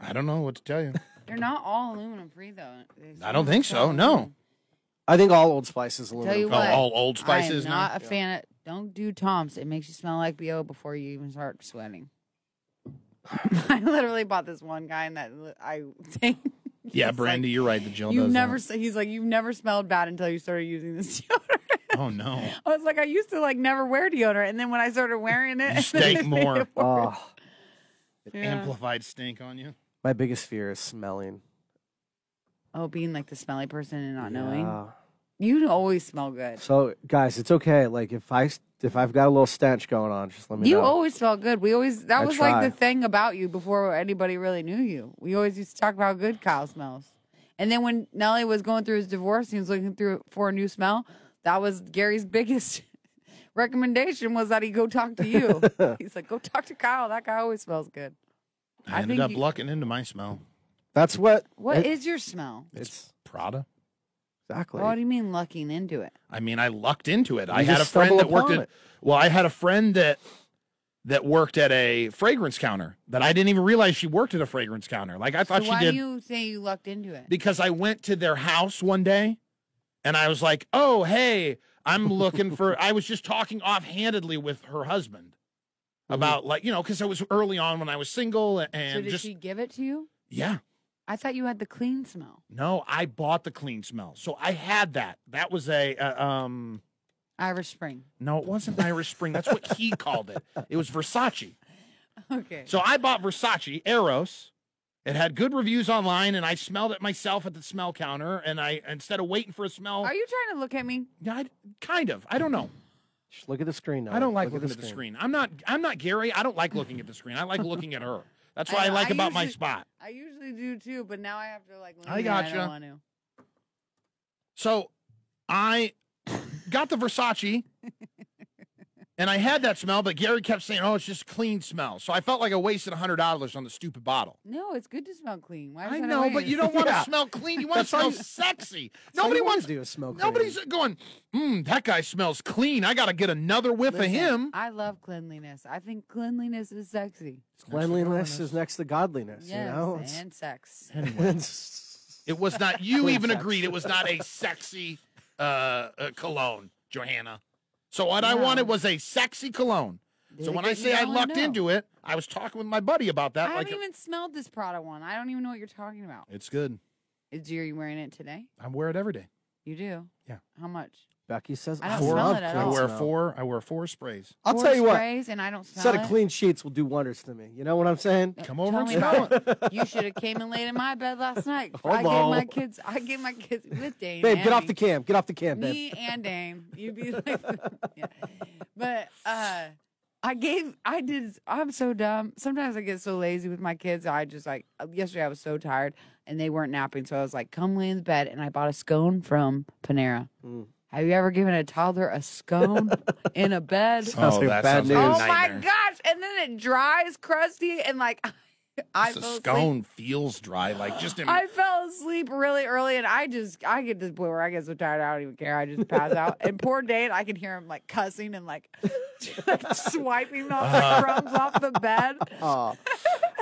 I don't know what to <laughs> tell you. They're not all aluminum free though. There's I don't some think still so, no. aluminum. I think all Old Spice is a little. Tell you oh, what, all old I am spices. now? not a fan of. Don't do Tom's. It makes you smell like bo before you even <laughs> start sweating. I literally bought this one guy, and that li- I Yeah, Brandy, you're right. The gel. You've does never. that. s- He's like, you've never smelled bad until you started using this <laughs> deodorant. <laughs> Oh <laughs> no. I was like, I used to like never wear deodorant, and then when I started wearing it, <laughs> You stink more. Oh, Amplified stink on you. my biggest fear is smelling. Oh, being like the smelly person and not knowing. Yeah. You always smell good. So, guys, it's okay. Like if I if I've got a little stench going on, just let me You know. always smell good. We always that I was try. like the thing about you before anybody really knew you. We always used to talk about how good Kyle smells. And then when Nelly was going through his divorce, he was looking through for a new smell. That was Gary's <laughs> biggest recommendation was that he go talk to <laughs> you. He's like, go talk to Kyle. That guy always smells good. I, I ended think up you- lucking into my smell. That's what. What is it- your smell? It's Prada. exactly. What do you mean lucking into it? I mean, I lucked into it. I You had a just friend stumble that worked upon at. it. Well, I had a friend that that worked at a fragrance counter that I didn't even realize she worked at a fragrance counter. Like I thought So she why did do you say you lucked into it? because I went to their house one day and I was like, "Oh, hey, I'm looking <laughs> for." I was just talking offhandedly with her husband about like you know because I was early on when I was single and Mm-hmm. so did just she give it to you? yeah. I thought you had the clean smell. No, I bought the clean smell. So I had that. That was a uh, um Irish Spring. no, it wasn't Irish Spring. That's what he called it. It was Versace. Okay. So I bought Versace Eros. It had good reviews online and I smelled it myself at the smell counter and I instead of waiting for a smell Are you trying to look at me? Yeah, I, kind of. I don't know. Just look at the screen. Now. I don't like looking at the screen. I'm not I'm not Gary. I don't like looking at the screen. I <laughs> like looking at her. That's what I, I- like I about my usually- spot. I usually do too, but now I have to like. I lean in. gotcha. don't want to. So I got the <laughs> Versace and I had that smell, but Gary kept saying, oh, it's just clean smell. So I felt like I wasted $100 on the stupid bottle. No, it's good to smell clean. Why is I that a know, but waste? you don't want to Yeah. smell clean. You <laughs> want to That's all smell you- sexy. all you Nobody wanna wants do is smell clean. Nobody's going, mm, that guy smells clean. I got to get another whiff Listen, of him. I love cleanliness. I think cleanliness is sexy. Cleanliness is next to godliness. Yes, You know. It's- and sex. it's- It was not, you even sex. agreed, it was not a sexy uh, uh, cologne, Johanna. So what I No. wanted was a sexy cologne. so it when I get you say I going? lucked No. into it, I was talking with my buddy about that. I like haven't even smelled this Prada one. I don't even know what you're talking about. It's good. Is you are you wearing it today? I wear it every day. You do. Yeah. How much? Becky says I don't love smell it at clean I all. wear smell." four. I wear four sprays. I'll Four tell you what. sprays and I don't smell Set it. Uh, of clean sheets will do wonders to me. You know what I'm saying? Come over Tell and me smell about it. it. You should have came and laid in my bed last night. I gave Hello. my kids. I gave my kids with Dane. Babe, and get off me. the cam. Get off the cam, babe. me and Dame. You'd be like, <laughs> yeah. but uh, I gave, I did. I'm so dumb. Sometimes I get so lazy with my kids. I just like yesterday. I was so tired, and they weren't napping, so I was like, "Come lay in the bed." And I bought a scone from Panera. Mm. Have you ever given a toddler <laughs> a scone in a bed? Sounds like bad sounds news. a Oh nightmare. my gosh! And then it dries, crusty, and like <laughs> I The fell asleep. scone feels dry. Like just in, I fell asleep really early, and I just I get to the point where I get so tired I don't even care. I just pass out. And poor Dane, I can hear him like cussing and like, <laughs> swiping off Uh-huh. the crumbs off the <laughs> bed. <laughs> Aw,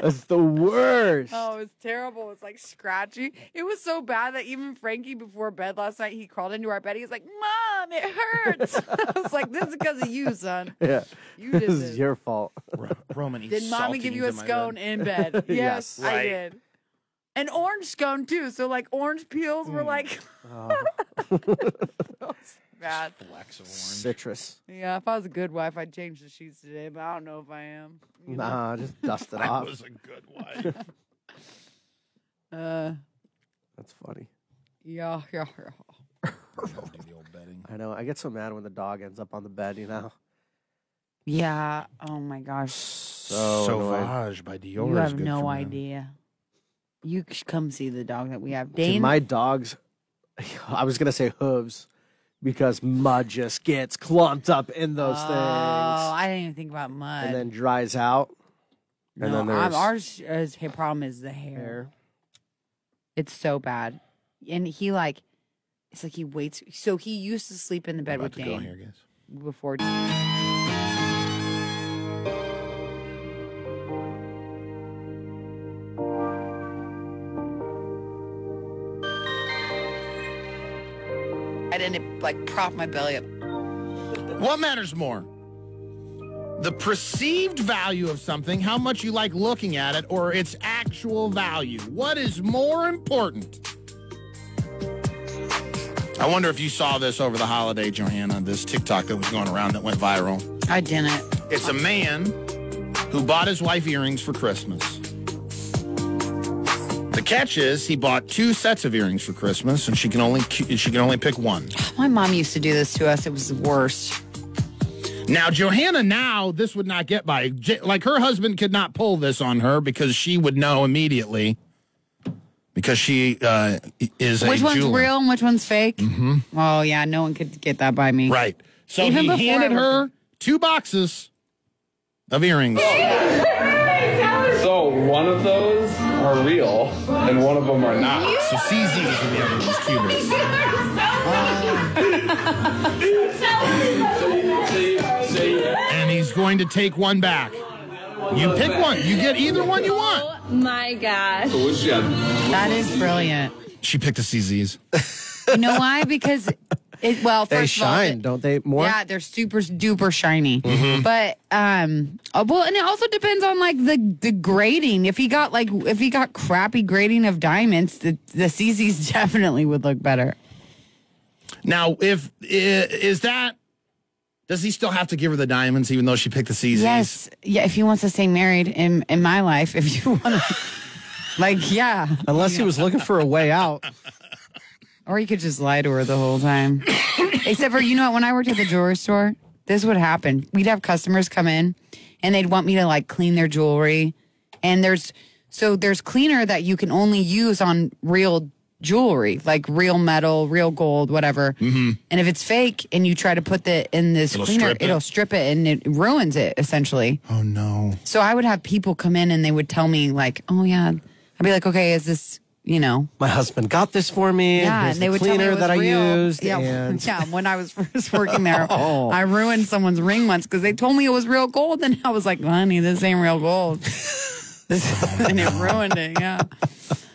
that's the worst. Oh, it was terrible. It was like scratchy. It was so bad that even Frankie before bed last night he crawled into our bed. He was like, "Mom, it hurts." <laughs> I was like, "This is because of you, son. yeah. You did This this." is your fault. <laughs> Ro- Roman. he's Did mommy salty give you a into my scone bed. in bed? <laughs> Yes, Yes. I Right. did. An orange scone too. So like orange peels Mm. were like Oh. <laughs> bad. Flex of orange. Citrus. Yeah, if I was a good wife, I'd change the sheets today, but I don't know if I am. Nah, just dust <laughs> it That off. was a good wife. <laughs> Uh, That's funny. <laughs> yeah, yeah, yeah. You gotta do the old bedding. I know. I get so mad when the dog ends up on the bed, you know? Yeah. Oh my gosh. So annoyed. Sauvage by Dior. you is have good no for you. idea. You c- come see the dog that we have. Dude, Dane. my dog's, <laughs> I was going to say hooves because mud just gets clumped up in those oh, things I didn't even think about mud. and then dries out. no, and then I'm- there's- ours is, his problem is the hair. It's so bad, and he like, it's like he waits. So he used to sleep in the bed About with to go Dane here, guys. before. I'd end up like prop my belly up. What matters more? The perceived value of something, how much you like looking at it, or its actual value. What is more important? I wonder if you saw this over the holiday, Johanna, this TikTok that was going around that went viral. I didn't. It's a man who bought his wife earrings for Christmas. The catch is he bought two sets of earrings for Christmas and she can only she can only pick one. My mom used to do this to us. It was the worst. Now, Johanna, now this would not get by. J- like her husband could not pull this on her because she would know immediately because she uh, is which a one's jeweler. real and which one's fake? Mm-hmm. Oh yeah, no one could get that by me. Right. So Even before he handed I her two boxes of earrings. So one of those are real and one of them are not. Ah, So CZ is the other one's cuter. Oh And he's going to take one back. You pick one. You get either one you want. My gosh. So which yeah, That is brilliant. She picked the CZs. You know why? Because it. Well, They first shine, of all, don't they? More. yeah, they're super duper shiny. But um, oh, well, and it also depends on like the the grading. If he got like if he got crappy grading of diamonds, the the CZs <laughs> definitely would look better. Now, if i- is that does he still have to give her the diamonds even though she picked the CZs? Yes, yeah. If he wants to stay married in in my life, if you want to, like, yeah, Unless he was looking for a way out. <laughs> or you could just lie to her the whole time. Except for you know what? When I worked at the jewelry store, this would happen. We'd have customers come in, and they'd want me to like clean their jewelry, and there's so there's cleaner that you can only use on real jewelry like real metal real gold whatever mm-hmm. and if it's fake and you try to put it in this It'll cleaner strip it. it'll strip it and it ruins it essentially Oh no. So I would have people come in and they would tell me like, "Oh yeah," I'd be like, "Okay, is this you know?" My husband got this for me. Yeah, Here's and they the would tell me it cleaner was that I real. used. Yeah, <laughs> and- Oh. yeah. When I was first working <laughs> there, I ruined someone's ring once because they told me it was real gold, and I was like, "Honey, this ain't real <laughs> gold." This- <laughs> and it ruined it. Yeah,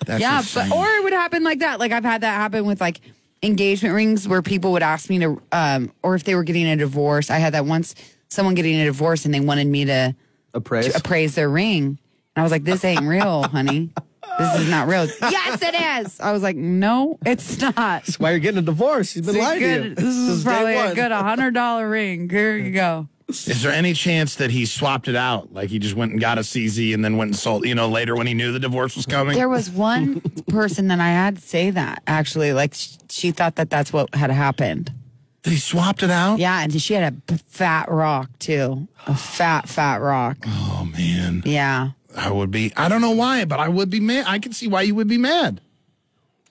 That's yeah. insane. But or it would happen like that. Like I've had that happen with like engagement rings where people would ask me to, um, or if they were getting a divorce. I had that once. Someone getting a divorce and they wanted me to Appraise. appraise their ring. And I was like, this ain't real, honey. This is not <laughs> real. yes, it is. I was like, no, it's not. That's <laughs> why you're getting a divorce. He's been lying to you. Good- This Since is day probably one. a good $100 ring. Here you go. Is there any chance that he swapped it out? Like he just went and got a CZ and then went and sold, you know, later when he knew the divorce was coming? There was one person that I had say that actually. Like, sh- she thought that that's what had happened. That he swapped it out? Yeah. And she had a b- fat rock too. A fat, fat rock. Oh man. Yeah. I would be I don't know why, but I would be mad. I can see why you would be mad.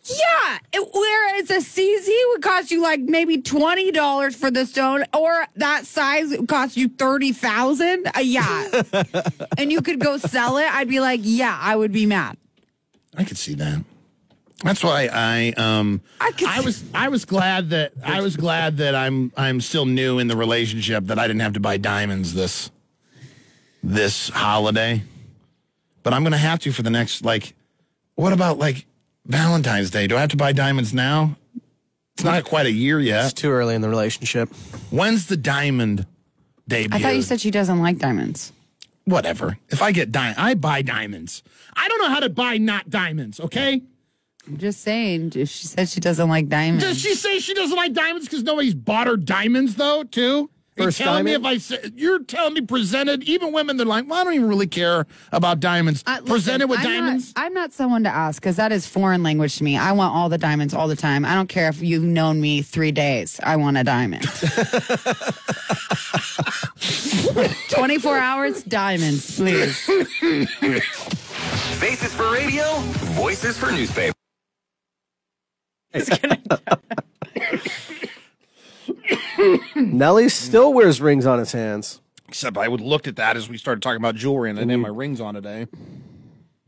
Yeah, it, whereas a CZ would cost you like maybe twenty dollars for the stone, or that size would cost you thirty thousand. Uh, yeah, <laughs> and you could go sell it. I'd be like, yeah, I would be mad. I could see that. That's why I um I could I see- was I was glad that I was glad that I'm I'm still new in the relationship that I didn't have to buy diamonds this this holiday. But I'm gonna have to for the next like what about like Valentine's Day? Do I have to buy diamonds now? It's not quite a year It's yet. <laughs> too early in the relationship. When's the diamond debut? I thought you said she doesn't like diamonds. whatever. If I get di- I buy diamonds. I don't know how to buy not diamonds, okay? I'm just saying. If she said she doesn't like diamonds, Does she say she doesn't like diamonds because nobody's bought her diamonds though, too? first telling me diamond? if I said you're telling me presented even women they're like well I don't even really care about diamonds I- Uh, listen, presented with I'm not- diamonds I'm not someone to ask because that is foreign language to me. I want all the diamonds all the time. I don't care if you've known me three days. I want <laughs> a diamond. 24 hours, diamonds, please. Faces for radio, voices for newspaper. <laughs> Nelly still wears rings on his hands. except I would looked at that as we started talking about jewelry and I Mm-hmm. didn't have my rings on today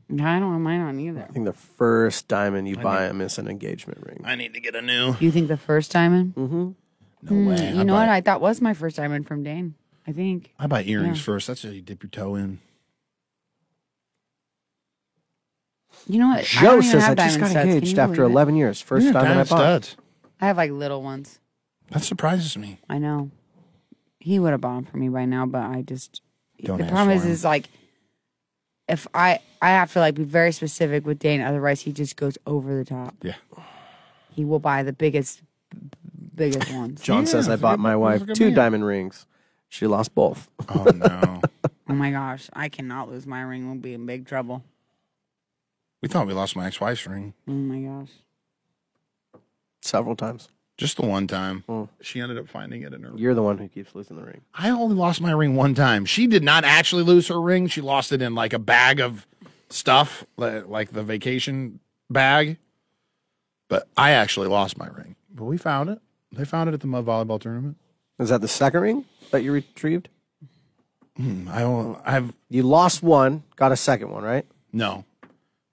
No, I don't want mine on either. I think the first diamond you buy him is an engagement ring. I need to get a new You think the first diamond? Mm-hmm. no Hmm, way you I know buy, what? I thought was my first diamond from Dane. I think. I buy earrings Yeah. first that's how you dip your toe in You know what? I Joe don't even says I have just diamond got studs. Can engaged you after believe it? 11 years. First Yeah, diamond I diamond bought. studs. I have like little ones. that surprises me I know. He would have bought 'em for me by now, but I just Don't the ask problem is for 'em. is like if I I have to like be very specific with Dane, otherwise he just goes over the top. Yeah. He will buy the biggest biggest ones. Yeah, John says I that's a bought good- my that's a wife good two man. diamond rings. She lost both. <laughs> oh no <laughs> oh my gosh. I cannot lose my ring. We'll be in big trouble. we thought we lost my ex wife's ring Oh my gosh. Several times. just the one time Mm. she ended up finding it in her You're the one who keeps losing the ring. I only lost my ring one time. She did not actually lose her ring. She lost it in like a bag of stuff, li- like the vacation bag. But I actually lost my ring. But we found it. They found it at the mud volleyball tournament. Is that the second ring that you retrieved? I don't- I've You lost one, got a second one, right? no.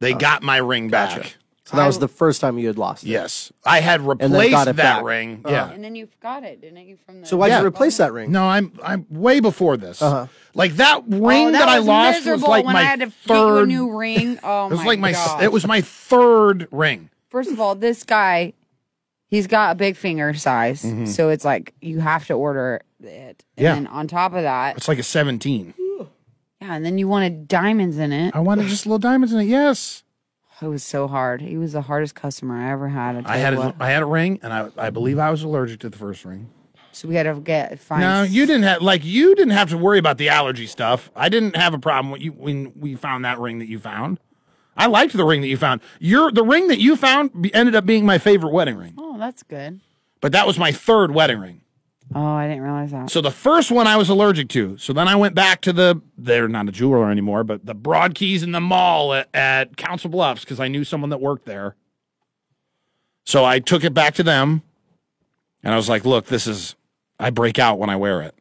They got my ring back. Oh. Gotcha. So that was the first time you had lost. it. Yes, I had then replaced got that it back. ring. Uh-huh. Yeah. And then you forgot it, didn't you? From the So why'd Yeah. you replace that ring? No, I'm I'm way before this. Uh-huh. Like that ring Oh, that, I was lost was miserable like when my I had to get you a third. new ring. Oh <laughs> it was my like my gosh. it was my third ring. First of all, this guy, he's got a big finger size, so it's like you have to order it. And Mm-hmm. Yeah. then on top of that, It's like a seventeen. yeah, and then you wanted diamonds in it. I wanted just little diamonds in it. Yes. It was so hard. He was the hardest customer I ever had. I, tell I had you a, what. I had a ring, and I, I believe I was allergic to the first ring. so we had to get fine. No, you didn't have like you didn't have to worry about the allergy stuff. I didn't have a problem when you when we found that ring that you found. I liked the ring that you found. Your the ring that you found be- ended up being my favorite wedding ring, Oh, that's good. but that was my third wedding ring. Oh, I didn't realize that. So the first one I was allergic to. So then I went back to the they're not a jeweler anymore, but the Broad Keys in the mall at, at Council Bluffs because I knew someone that worked there. So I took it back to them, and I was like, "Look, this is I break out when I wear it."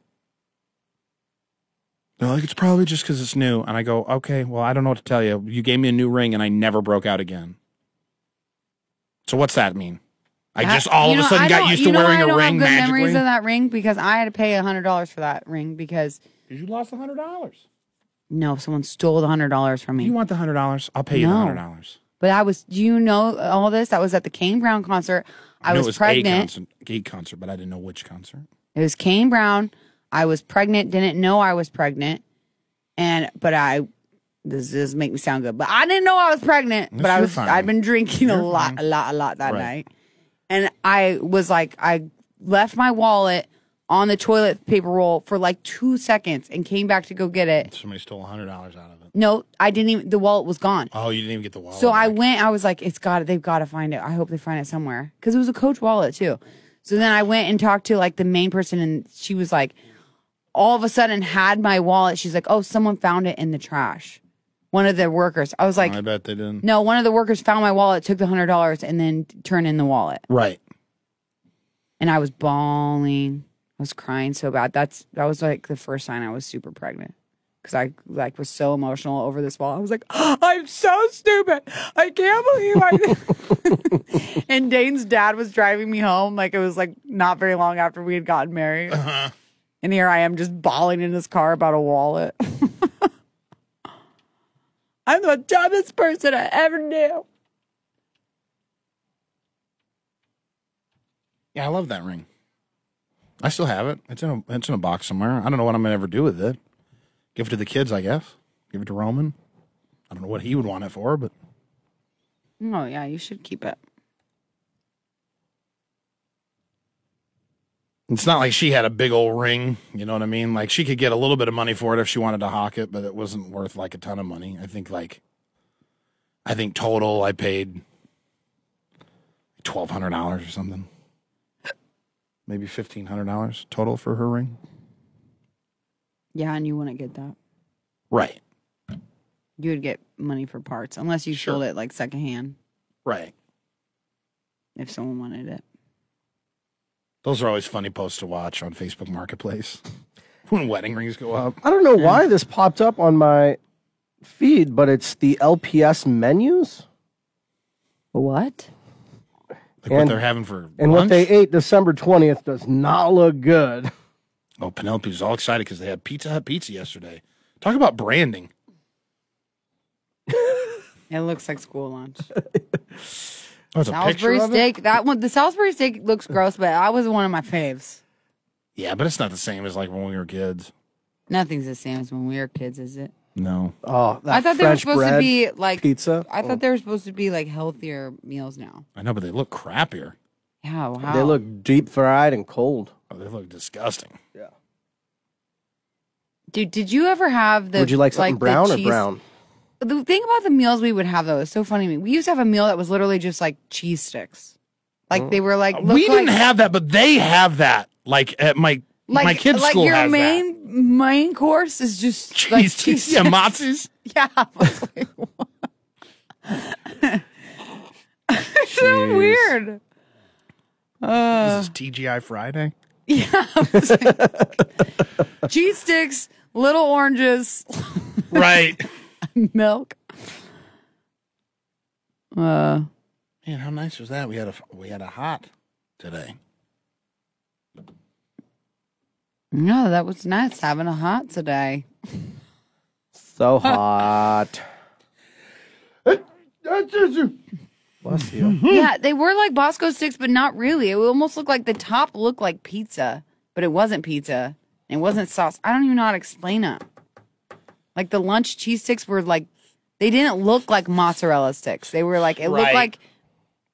They're like, "It's probably just because it's new," and I go, "Okay, well, I don't know what to tell you. You gave me a new ring, and I never broke out again. So what's that mean?" I That- just all you of a know, sudden I got don't- used you to know, wearing I a don't ring have good memories of magically. that ring because I had to pay hundred dollars for that ring because Because you lost hundred dollars. no, someone stole the hundred dollars from me. You want the hundred dollars? I'll pay you the No. hundred dollars. But I was, do you know all this? I was at the Kane Brown concert. I, was, pregnant. A concert, a concert, but I didn't know which concert. It was Kane Brown. I was pregnant, didn't know I was pregnant. And, but I, this does make me sound good, but I didn't know I was pregnant. Yes, but I you're was, fine. I'd been drinking a You're lot, fine. a lot, a lot that Right. night. And I was like, I left my wallet on the toilet paper roll for like two seconds and came back to go get it. Somebody stole hundred dollars out of it. No, I didn't even, the wallet was gone. Oh, you didn't even get the wallet. So I back. went. I was like, "It's got. They've got to find it. I hope they find it somewhere." Because it was a Coach wallet too. So then I went and talked to like the main person, and she was like, all of a sudden had my wallet. She's like, "Oh, someone found it in the trash." One of the workers. I was like, I bet they didn't. "No." One of the workers found my wallet, took the hundred dollars, and then turned in the wallet. Right. And I was bawling. I was crying so bad. That's that was like the first sign I was super pregnant. Cause I like was so emotional over this wall. I was like, <gasps> I'm so stupid. I can't believe I. <laughs> and Dane's dad was driving me home. Like it was like not very long after we had gotten married. And here I am just bawling in his car about a wallet. <laughs> I'm the dumbest person I ever knew. Yeah, I love that ring. I still have it. It's in a it's in a box somewhere. I don't know what I'm gonna ever do with it. Give it to the kids, I guess. Give it to Roman. I don't know what he would want it for, but Oh yeah, you should keep it. It's not like she had a big old ring, you know what I mean? Like she could get a little bit of money for it if she wanted to hawk it, but it wasn't worth like a ton of money. I think like I think total I paid twelve hundred dollars or something. Maybe fifteen hundred dollars total for her ring. Yeah, and you wouldn't get that. Right. You would get money for parts unless you sold it like secondhand Right. if someone wanted it. Those are always funny posts to watch on Facebook Marketplace. <laughs> when wedding rings go up. I don't know why this popped up on my feed, but it's the LPS menus What? Like what And- they're having for lunch. and what they ate December 20th does not look good. <laughs> Oh, Penelope's all excited because they had Pizza Hut pizza yesterday. Talk about branding. It looks like school <laughs> lunch. Oh, it's a picture Salisbury of it? steak. That one, the Salisbury steak looks gross, but that was one of my faves. Yeah, but it's not the same as like when we were kids. Nothing's the same as when we were kids, is it? No. Oh, that I thought they were French supposed bread to be like. pizza. Oh. I thought they were supposed to be like healthier meals now. I know, but they look crappier. Yeah, wow. They look deep fried and cold. Oh, they look disgusting. Dude, did you ever have the? Would you like something the brown or cheese- brown? The thing about the meals we would have though is so funny to me. We used to have a meal that was literally just like cheese sticks. Mm. Like they were like looked we didn't like, have that, but they have that. Like at my like my kids' like school your has main main course is just that. like Cheese cheese. sticks. <laughs> Yeah, matzies. <laughs> Yeah. I was like, what? It's so weird. Uh, This is TGI Friday. yeah. <laughs> I was like, cheese sticks, little oranges, <laughs> Right. milk. Uh, Man, how nice was that? We had a we had a hot today. no, that was nice having a hot today. So <laughs> hot. Bless you. yeah, they were like Bosco sticks, but not really. It almost looked like the top looked like pizza, but it wasn't pizza. It wasn't sauce. I don't even know how to explain it. Like the lunch cheese sticks were like, they didn't look like mozzarella sticks. They were like, it looked Right. like,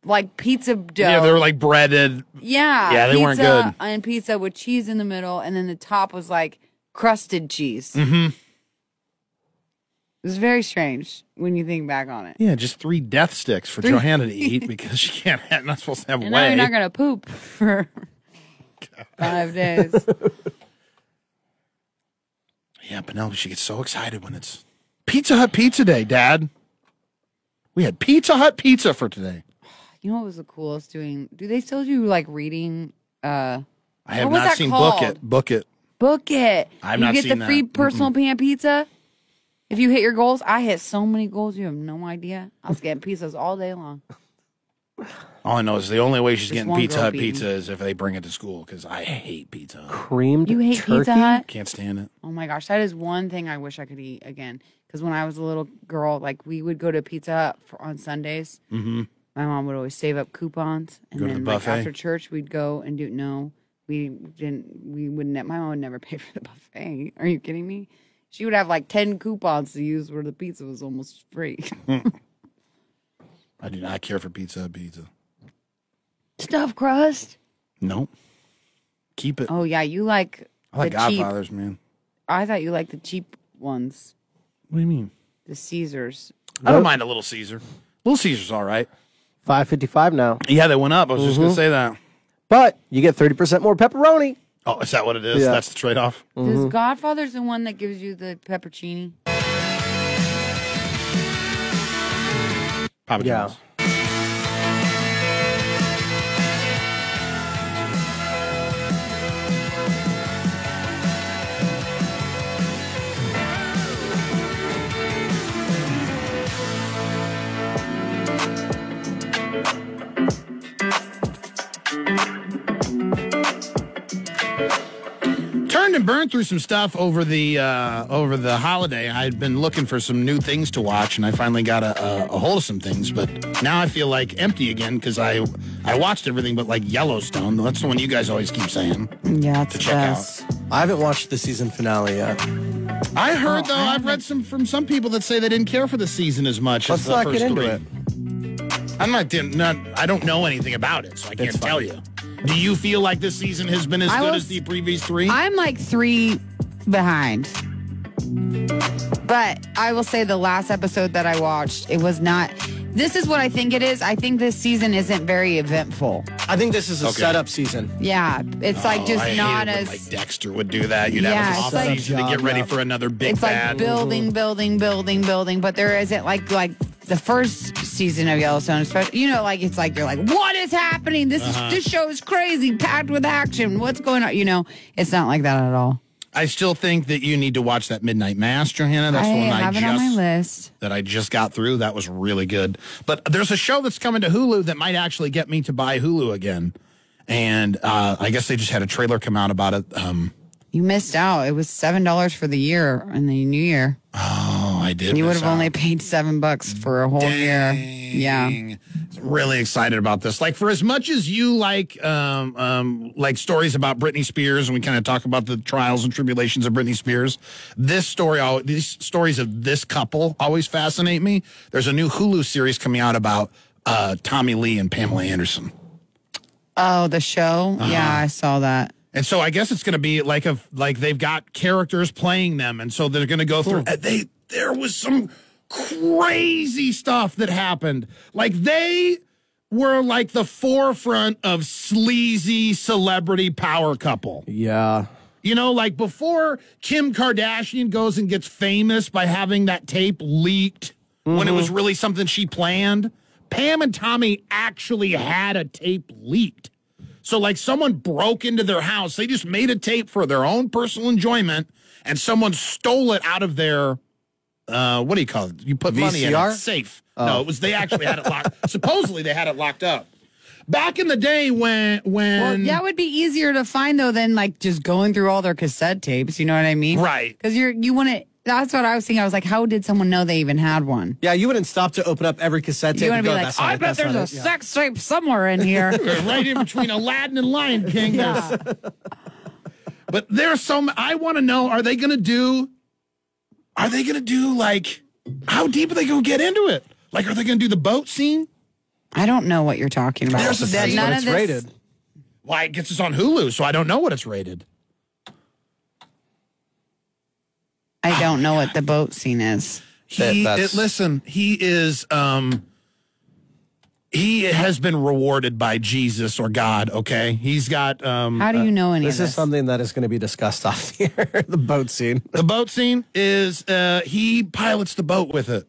like pizza dough. Yeah, they were like breaded. yeah, Yeah, they pizza weren't good. And pizza with cheese in the middle, and then the top was like crusted cheese. Mm-hmm. It was very strange when you think back on it. Yeah, just three death sticks for Johanna to <laughs> eat because she can't <laughs> have, not supposed to have And now whey. you're not gonna <laughs> poop for five days. yeah, Penelope, she gets so excited when it's Pizza Hut Pizza Day, Dad. We had Pizza Hut pizza for today. You know what was the coolest doing? Do they still do like reading? Uh, I have What was not that seen called? Book It. Book It. book it. I've you not get seen the that. free personal pan pizza. If you hit your goals, I hit so many goals. You have no idea. I was getting pizzas all day long. All I know is the only way she's Just getting one Pizza girl Hut beating. pizza is if they bring it to school because I hate Pizza Hut. Creamed You hate turkey? Pizza Hut? Can't stand it. Oh my gosh, that is one thing I wish I could eat again. Because when I was a little girl, like we would go to Pizza Hut for, on Sundays. Mm-hmm. My mom would always save up coupons, and Go to the then like buffet? after church, we'd go and do no. We didn't. We wouldn't. My mom would never <laughs> pay for the buffet. Are you kidding me? She would have like ten coupons to use where the pizza was almost free. <laughs> I do not care for Pizza Hut pizza. Stuffed crust. Nope. Keep it. Oh yeah, you like. I like the cheap- Godfathers, man. I thought you liked the cheap ones, What do you mean? the Caesars. I don't mind a Little Caesar. Little Caesar's all right. 555 now. Yeah, they went up. I was just gonna say that. But you get 30% more pepperoni. Oh, is that what it is? Yeah. That's the trade off. Does Godfather's the one that gives you the peppercini? Papa Yeah. John's. Turned and burned through some stuff over the uh, over the holiday. I'd been looking for some new things to watch, and I finally got a, a, a hold of some things. But now I feel like empty again because I I watched everything but like Yellowstone. That's the one you guys always keep saying. Yeah, it's To check best. I haven't watched the season finale yet. I Oh, heard though I've read some from some people that say they didn't care for the season as much. Let's as the not first get into three. it. I'm not, not. I don't know anything about it, so I can't tell you. Do you feel like this season has been as I good will as the previous three? I'm like three behind. But I will say the last episode that I watched, it was not. This is what I think it is. I think this season isn't very eventful. I think this is a Okay. setup season. Yeah, it's Oh, like just I hate not it when, as. like Dexter would do that. You'd Yeah, have it's an off like- season to get ready for another big it's bad. like building, building, building, building. But there isn't like like the first season of Yellowstone, especially. You know, like it's like you're like, what is happening? This Uh-huh. is, this show is crazy, packed with action. What's going on? You know, it's not like that at all. I still think that you need to watch that Midnight Mass, Johanna. That's I the one I have just it on my list. that I just got through. That was really good. But there's a show that's coming to Hulu that might actually get me to buy Hulu again. And uh, I guess they just had a trailer come out about it. Um, You missed out. It was seven dollars for the year in the new year. oh, I did. you would miss have out. only paid seven bucks for a whole year. Yeah. really excited about this. Like for as much as you like um, um, like stories about Britney Spears, and we kind of talk about the trials and tribulations of Britney Spears, this story, al- these stories of this couple always fascinate me. There's a new Hulu series coming out about uh, Tommy Lee and Pamela Anderson. Oh, the show. Uh-huh. Yeah, I saw that. And so I guess it's going to be like a like they've got characters playing them, and so they're going to go through. uh, They there was some crazy stuff that happened. Like they were like the forefront of sleazy celebrity power couple. Yeah. You know, like before Kim Kardashian goes and gets famous by having that tape leaked when it was really something she planned, Pam and Tommy actually had a tape leaked. So, like, someone broke into their house. They just made a tape for their own personal enjoyment, and someone stole it out of their, uh, what do you call it? You put money in VCR? it, safe. No, it was they actually had it locked. Supposedly, they had it locked up. Back in the day when when Well, that would be easier to find though than like just going through all their cassette tapes. You know what I mean? Right. Because you're you want to. That's what I was thinking. I was like, how did someone know they even had one? Yeah, you wouldn't stop to open up every cassette tape. You want and to be go, like, "That's not I it, bet that's there's a not it." Yeah. sex tape somewhere in here. <laughs> right in between Aladdin and Lion King. there's- But there's some I want to know are they going to do are they going to do like how deep are they going to get into it? Like are they going to do the boat scene? I don't know what you're talking about. There's a That scene none when of It's this- rated. Why it gets us on Hulu, so I don't know what it's rated. I don't know what the boat scene is. He That- it, that's- listen, he is um he has been rewarded by Jesus or God, okay? He's got um How do you know any Uh, This of is this? something that is going to be discussed <laughs> off the air. the boat scene. the boat scene is uh he pilots the boat with it.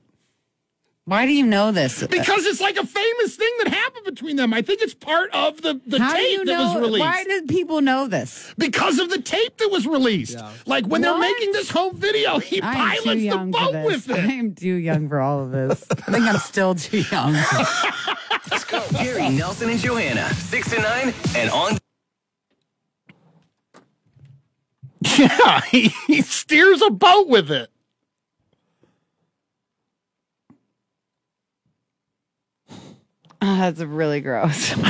Why do you know this? Because it's like a famous thing that happened between them. I think it's part of the, the how do tape you that know? was released. Why did people know this? because of the tape that was released. Like when they're What? making this home video, he I am pilots too the young for boat this. with <laughs> I it. am too young for all of this. I think I'm still too <laughs> young. Oh, Gary, Nelson, and Johanna, 6 to 9, and on Yeah, he, he steers a boat with it. Oh, that's really gross. <laughs>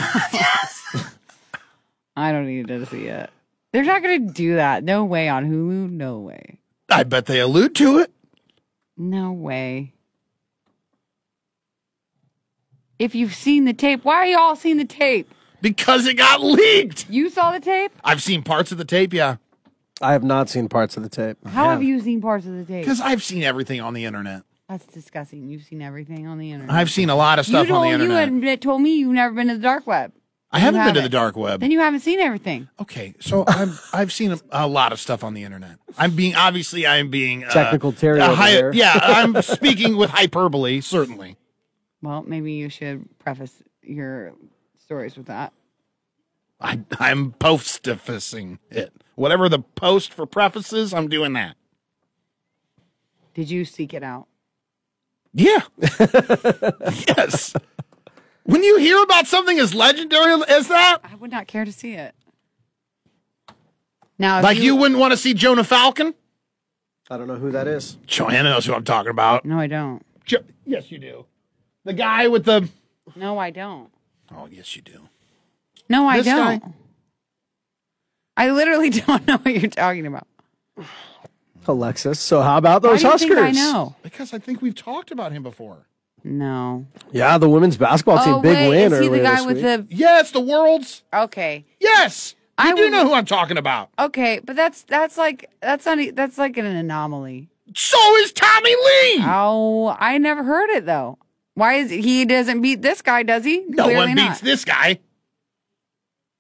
I don't need to see it. They're not going to do that. No way on Hulu. No way. I bet they allude to it. No way. If you've seen the tape, why are you all seeing the tape? Because it got leaked. You saw the tape? I've seen parts of the tape, yeah. I have not seen parts of the tape. How have you seen parts of the tape? Because I've seen everything on the internet. That's disgusting. You've seen everything on the internet. I've seen a lot of you stuff told, on the internet. You admit, told me you've never been to the dark web. I haven't you been to the haven't. dark web. Then you haven't seen everything. Okay, so <laughs> I'm I've seen a, a lot of stuff on the internet. I'm being obviously I'm being uh, Technical Terry a over hy- here. Yeah, <laughs> I'm speaking with hyperbole, certainly. Well, maybe you should preface your stories with that. I, I'm postifacing it. Whatever the post for prefaces, I'm doing that. Did you seek it out? Yeah. <laughs> yes. When you hear about something as legendary as that, I would not care to see it. Now, if like you, wouldn't want to see Jonah Falcon. I don't know who that is. Joanna knows who I'm talking about. No, I don't. Jo- yes, you do. The guy with the. No, I don't. Oh, yes, you do. No, I This guy- don't. I literally <laughs> don't know what you're talking about. Alexis. So how about Why those do you Huskers? think I know. Because I think we've talked about him before. No. Yeah, the women's basketball team, oh, big wait, win. is he the earlier guy this with week. the? Yeah, it's the world's. Okay. Yes, I you do would- know who I'm talking about. Okay, but that's that's like that's not e, that's like an anomaly. So is Tommy Lee. Oh, I never heard it though. Why is he doesn't beat this guy? Does he? No Clearly one beats not. this guy.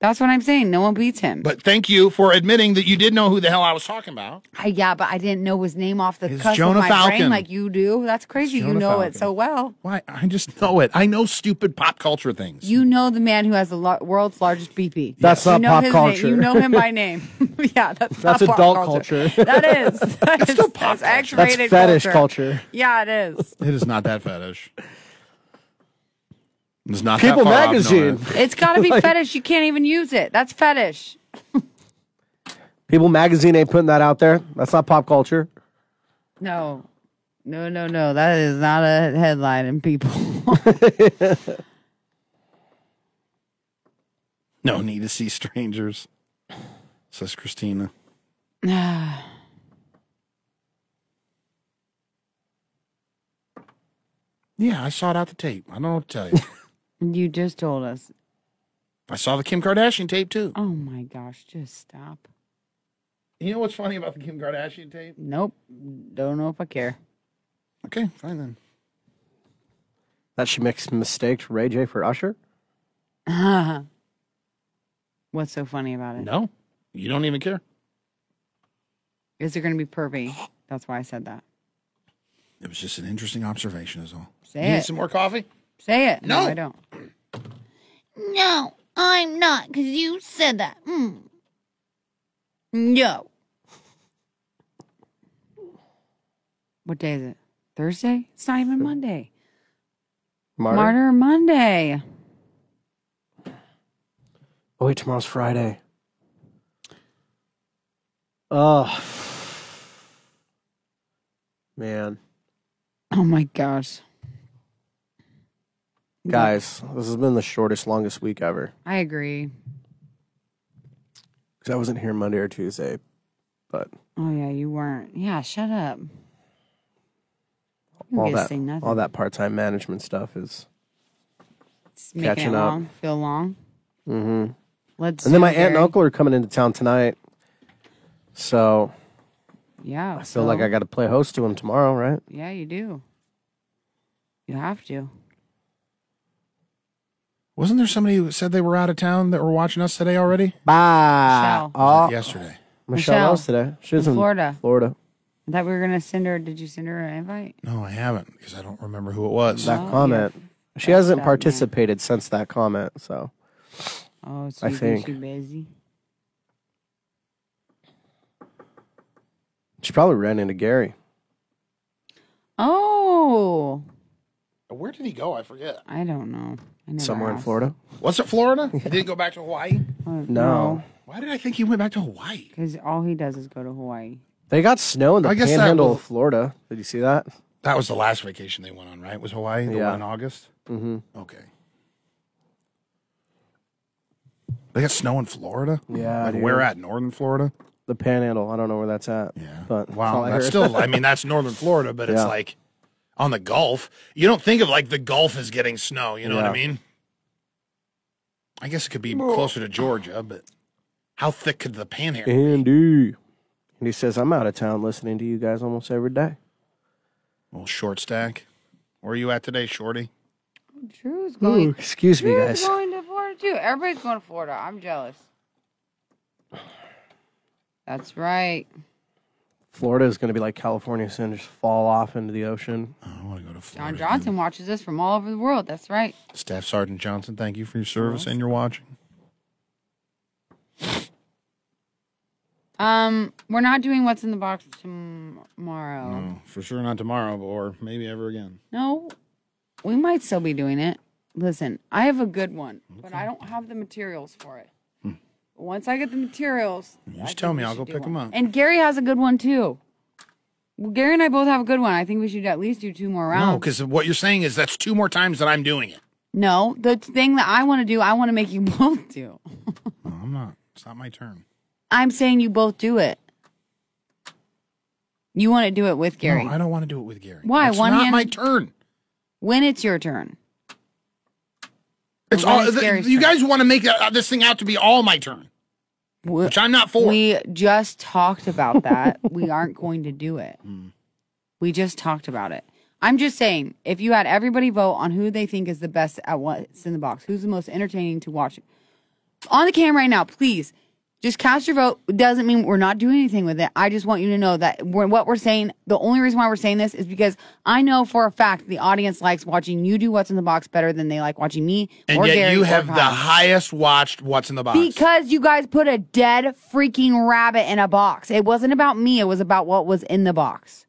That's what I'm saying. No one beats him. But thank you for admitting that you did know who the hell I was talking about. I, yeah, but I didn't know his name off the It's cusp Jonah of my Falcon. brain like you do. That's crazy. You Jonah know Falcon. it so well. Why? I just know it. I know stupid pop culture things. You know the man who has the lo- world's largest BP. That's you not know pop his culture. Name. You know him by name. <laughs> yeah, that's That's not pop adult culture. <laughs> culture. that is. That is still pop That's X-rated fetish culture. culture. Yeah, it is. It is not that fetish. It's not that People far off, Magazine. Noah. It's got to be Like- fetish. You can't even use it. That's fetish. People Magazine ain't putting that out there. That's not pop culture. No, no, no, no. That is not a headline in people. No need to see strangers, says Christina. Yeah, I saw it out the tape. I don't know what to tell <laughs> you. <sighs> you just told us. I saw the Kim Kardashian tape too. Oh my gosh! Just stop. You know what's funny about the Kim Kardashian tape? Nope. Don't know if I care. Okay, fine then. That should make some mistakes. Ray J for Usher. <laughs> What's so funny about it? Is No, you don't even care. it going to be pervy? <gasps> That's why I said that. It was just an interesting observation, is all. Say you need it. some more coffee? Say it. No. I don't. No, I'm not, because you said that. Mm. Hmm. <sighs> No. What day is it? Thursday? It's not even Monday. Martyr. Martyr, Monday. Oh wait, tomorrow's Friday. Oh man, Oh my gosh. guys, this has been the shortest, longest week ever. I agree. Because I wasn't here Monday or Tuesday, but Oh yeah, you weren't. Yeah, shut up. You don't all get to that, say nothing. all that part-time management stuff is. It's making catching it up. long, feel long. Mm-hmm. Let's And then do my it, aunt and Gary. uncle are coming into town tonight, so Yeah. I feel like I got to play host to them tomorrow, right? Yeah, you do. You have to. Wasn't there somebody who said they were out of town that were watching us today already? Bye. Michelle. Uh, Oh, Yesterday. Michelle, Michelle. Michelle. today. She was In in Florida. Florida. I thought we were gonna send her. Did you send her an invite? No, I haven't because I don't remember who it was. that Oh, comment. She fucked hasn't up, man. participated since that comment, so Oh, so I you think think. she busy? she probably ran into Gary. Oh, Where did he go? I forget. I don't know. I never somewhere in asked. Florida. Was it Florida? He didn't go back to Hawaii? Oh, No. Why did I think he went back to Hawaii? because all he does is go to Hawaii. They got snow in the I guess that panhandle will- of Florida. Did you see that? That was the last vacation they went on, right? Was Hawaii the Yeah. one in August? Mm-hmm. Okay. They got snow in Florida. Yeah, like dude. where at? Northern Florida. The panhandle. I don't know where that's at. Yeah. But that's all wow, I that's heard. <laughs> still. I mean, that's northern Florida, but it's Yeah. like on the Gulf. You don't think of like the Gulf as getting snow. You know what I Yeah. mean? I guess it could be closer to Georgia, but how thick could the Panhandle? be? Andy. And he says, I'm out of town listening to you guys almost every day. Well, short stack. Where are you at today, Shorty? Drew's Ooh, going. excuse me, Drew's guys. going to Florida too. Everybody's going to Florida. I'm jealous. That's right. Florida is going to be like California soon, just fall off into the ocean. Oh, I want to go to Florida. man. John Johnson watches us from all over the world. That's right. Staff Sergeant Johnson, thank you for your service and your watching. Um, we're not doing what's in the box tomorrow. No, Mm, for sure not tomorrow, but or maybe ever again. No, we might still be doing it. Listen, I have a good one, but I don't have the materials for it. Once I get the materials, I Hmm. just think tell we me, I'll should go do pick 'em one. up. And Gary has a good one too. Well, Gary and I both have a good one. I think we should at least do two more rounds. No, because what you're saying is that's two more times that I'm doing it. No, the thing that I want to do, I want to make you <laughs> both do. No, I'm not. It's not my turn. I'm saying you both do it. You want to do it with Gary. No, I don't want to do it with Gary. Why? It's One not hand- my turn. when it's your turn. It's When all it's th- Gary's you guys want to make uh, this thing out to be all my turn. Which I'm not for. We just talked about that. <laughs> we aren't going to do it. We just talked about it. I'm just saying, if you had everybody vote on who they think is the best at what's in the box, who's the most entertaining to watch on the cam right now, please just cast your vote. It Doesn't mean we're not doing anything with it. I just want you to know that we're, what we're saying, the only reason why we're saying this is because I know for a fact the audience likes watching you do what's in the box better than they like watching me And or yet Gary you or have the Kyle. highest watched What's in the Box. Because you guys put a dead freaking rabbit in a box. It wasn't about me, it was about what was in the box.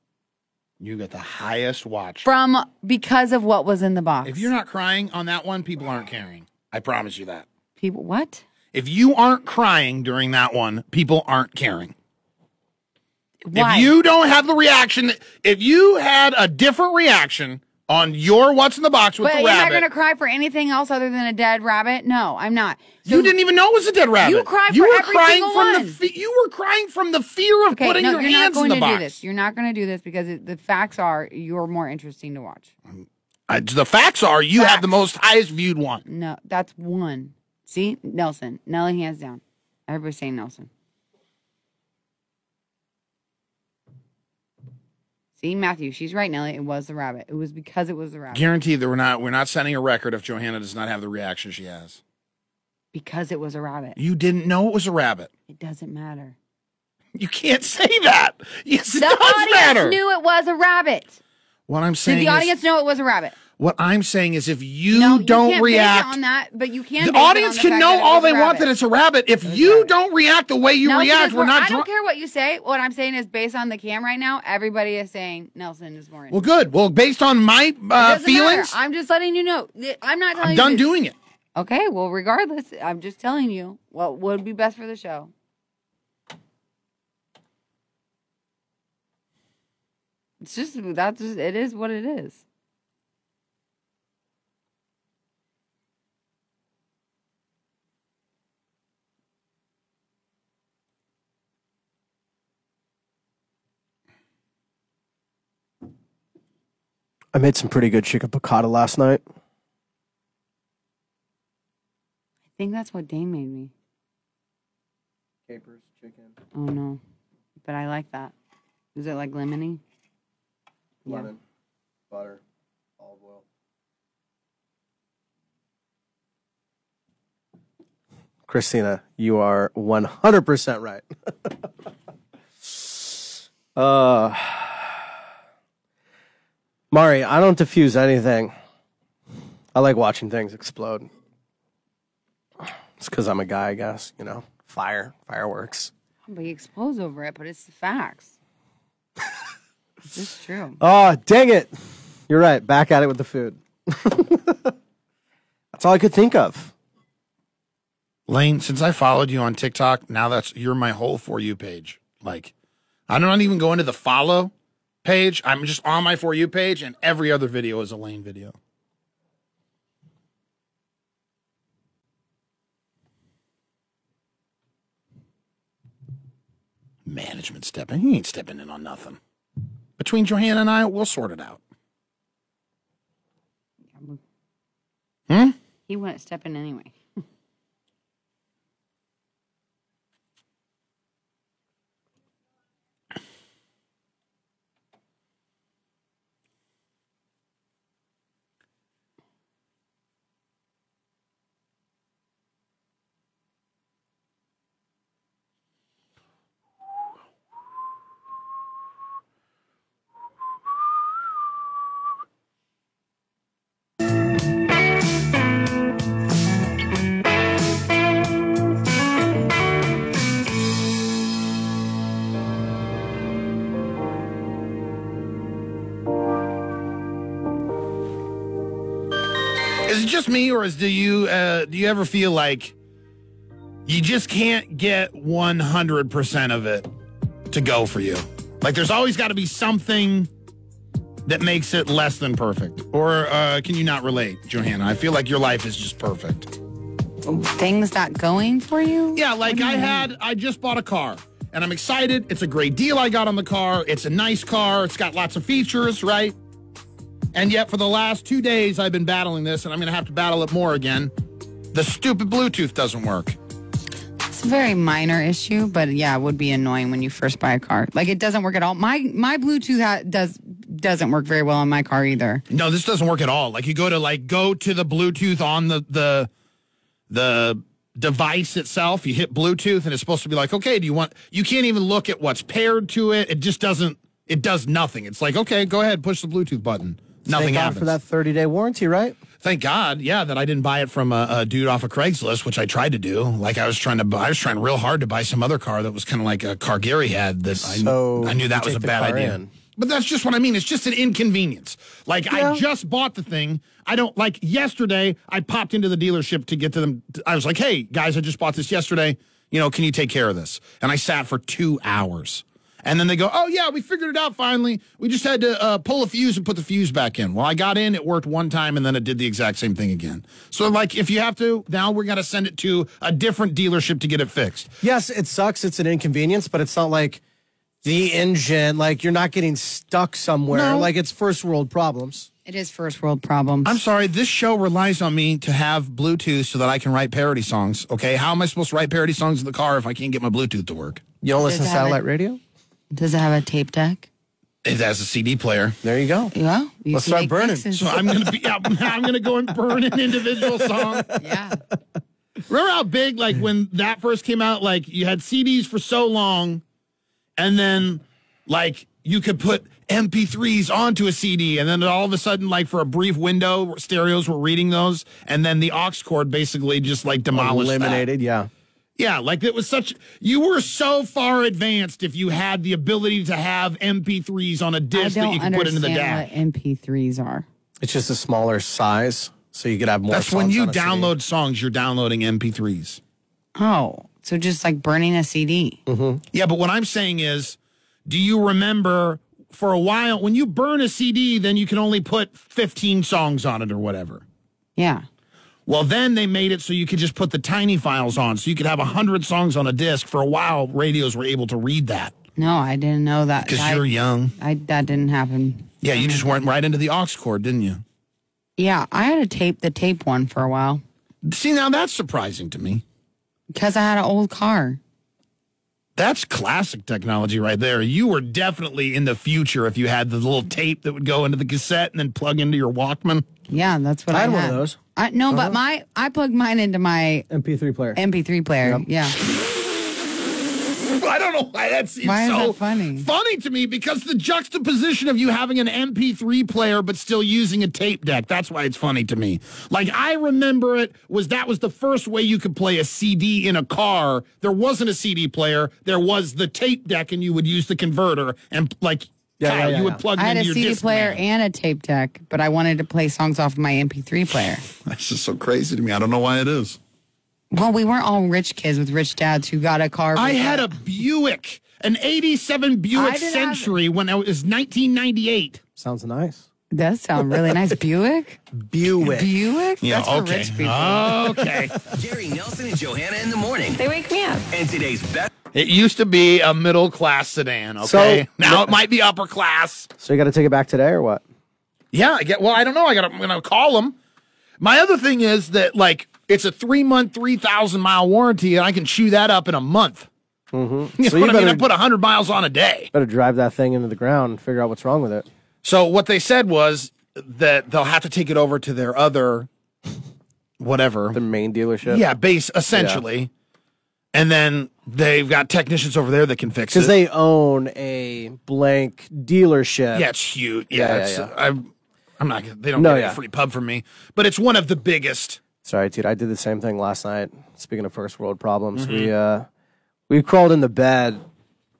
you got the highest watch. From because of what was in the box. If you're not crying on that one, people aren't caring. I promise you that. People what? If you aren't crying during that one, people aren't caring. Why? If you don't have the reaction, if you had a different reaction on your What's in the Box with But the am I rabbit, going to cry for anything else other than a dead rabbit? No, I'm not. you didn't even know it was a dead rabbit. You cry You for were every crying single from the one. fe- you were crying from the fear of okay, putting no, your you're hands not going in the to box. do this. You're not going to do this because it, the facts are you're more interesting to watch. I- the facts are you have the most highest viewed one. No, that's one. See, Nelson, Nelly, hands down. Everybody's saying Nelson. See, Matthew, she's right, Nelly. It was the rabbit. It was because it was the rabbit. Guaranteed that we're not we're not setting a record if Johanna does not have the reaction she has. Because it was a rabbit. You didn't know it was a rabbit. It doesn't matter. You can't <laughs> say that. Yes, it the does audience matter. knew it was a rabbit. what I'm Did saying the is- audience know it was a rabbit? what I'm saying is if you No, don't you can't base it react on that, but you can. the base it on audience the can fact know that it all was a they want rabbit. that it's a rabbit. If you don't react the way you No, react, because we're not I don't dr- care what you say. What I'm saying is based on the cam right now. Everybody is saying Nelson is more. Well, good. Well, based on my uh, Doesn't matter. feelings, I'm just letting you know. Th- I'm not telling I'm you. done to- doing it. Okay, well, regardless, I'm just telling you what would be best for the show. It's just that's just it is what it is. I made some pretty good chicken piccata last night. I think that's what Dane made me. Capers, chicken. Oh no, but I like that. Is it like lemony? Yeah. Lemon, butter, olive oil. Christina, you are 100% right. <laughs> uh, Mari, I don't diffuse anything. I like watching things explode. It's because I'm a guy, I guess, you know, fire, fireworks. But he explodes over it, but it's <laughs> the facts. it's just true. Oh, dang it. You're right. Back at it with the food. <laughs> That's all I could think of. Lane, since I followed you on TikTok, now that's you're my whole for you page. Like, I don't even go into the follow page. I'm just on my for you page, and every other video is a Lane video. Management stepping. He ain't stepping in on nothing. Between Johanna and I, we'll sort it out. Hmm? He wouldn't step in anyway. Is it just me, or is do you uh, do you ever feel like you just can't get one hundred percent of it to go for you? Like there's always got to be something that makes it less than perfect. Or uh, can you not relate, Johanna? I feel like your life is just perfect. Things not going for you? Yeah, like I had, I just bought a car. And I'm excited. It's a great deal I got on the car. It's a nice car. It's got lots of features, right? And yet, for the last two days, I've been battling this, and I'm going to have to battle it more again. The stupid Bluetooth doesn't work. It's a very minor issue, but yeah, it would be annoying when you first buy a car. Like it doesn't work at all. My my Bluetooth ha- does doesn't work very well on my car either. No, this doesn't work at all. Like you go to like go to the Bluetooth on the the the device itself. You hit Bluetooth, and it's supposed to be like, okay, do you want? You can't even look at what's paired to it. It just doesn't. It does nothing. It's like, okay, go ahead, push the Bluetooth button. Nothing Thank God happens. for that 30 day warranty, right? Thank God, yeah, that I didn't buy it from a, a dude off of Craigslist, which I tried to do. Like I was trying to, buy, I was trying real hard to buy some other car that was kind of like a car Gary had. That I kn- I, So, knew that you was a take the bad car idea. in. But that's just what I mean. It's just an inconvenience. Like I just bought the thing. I don't like yesterday. I popped into the dealership to get to them. I was like, "Hey guys, I just bought this yesterday. You know, can you take care of this?" And I sat for two hours. And then they go, "Oh yeah, we figured it out finally. We just had to uh, pull a fuse and put the fuse back in." Well, I got in. It worked one time, and then it did the exact same thing again. So like, if you have to, now we're gonna send it to a different dealership to get it fixed. Yes, it sucks. It's an inconvenience, but it's not like the engine, like you're not getting stuck somewhere. No. Like it's first world problems. It is first world problems. I'm sorry, this show relies on me to have Bluetooth so that I can write parody songs. Okay, how am I supposed to write parody songs in the car if I can't get my Bluetooth to work? You don't listen to satellite radio? Does it have a tape deck? It has a CD player. There you go. Yeah. you Let's can start make burning. mixes. <laughs> So I'm gonna be. I'm, <laughs> I'm gonna go and burn an individual song. yeah. Remember how big like when that first came out? Like you had CDs for so long, and then like you could put MP3s onto a CD, and then all of a sudden, like for a brief window, stereos were reading those, and then the aux cord basically just like demolished. that. Eliminated, yeah. Yeah, like it was such. You were so far advanced if you had the ability to have MP3s on a I disc that you don't could put into the DAC. understand what MP3s are. It's just a smaller size, so you could have more. That's when songs you on a CD. download songs, you're downloading MP3s. Oh, so just like burning a CD. Mm. Yeah, but what I'm saying is, do you remember for a while when you burn a CD, then you can only put 15 songs on it or whatever? Yeah. Well, then they made it so you could just put the tiny files on, so you could have 100 songs on a disc. For a while, radios were able to read that No, I didn't know that. because I- you're young. I that didn't happen. Yeah, you just went right into the aux cord, didn't you? Yeah, I had a tape, the tape one for a while See, now that's surprising to me. because I had an old car. That's classic technology right there. You were definitely in the future if you had the little tape that would go into the cassette and then plug into your Walkman. <laughs> Yeah, that's what I, I had one of those. Uh-huh. I, no, but my I plugged mine into my MP3 player. MP3 player. Yeah, I don't know why that seems Why is so that funny? funny to me because the juxtaposition of you having an MP3 player but still using a tape deck, that's why it's funny to me. Like I remember it was that was the first way you could play a CD in a car. There wasn't a CD player, there was the tape deck and you would use the converter and like Yeah, Kyle, yeah, yeah, you would yeah. plug I had it a into your CD disc player man. and a tape deck, but I wanted to play songs off of my MP3 player. That's just so crazy to me. I don't know why it is. well, we weren't all rich kids with rich dads who got a car. I with had a Buick, an 87 I Buick didn't Century when it was 1998. Sounds nice. <laughs> That does sound really nice. Buick. Buick. Buick. that's for rich people. okay. Gary Nelson and Johanna in the morning. They wake me up. And today's best. <laughs> It used to be a middle class sedan, So- okay? now it might be upper class. So you got to take it back today or what? Yeah, I get well, I don't know. I got I'm going to call them. My other thing is that like it's a 3 month 3000 mile warranty and I can chew that up in a month. Mm-hmm. <laughs> You So know you what I mean? I better- put 100 miles on a day. Better drive that thing into the ground and figure out what's wrong with it. So what they said was that they'll have to take it over to their other whatever The main dealership. Yeah, base essentially. And then they've got technicians over there that can fix it. Because they own a blank dealership. yeah, it's huge. Yeah, Yeah, yeah, it's, yeah. I'm, I'm not. gonna- They don't No, get yeah. a free pub from me, but it's one of the biggest. Sorry, dude. I did the same thing last night. Speaking of first world problems, we Mm-hmm. uh we crawled into bed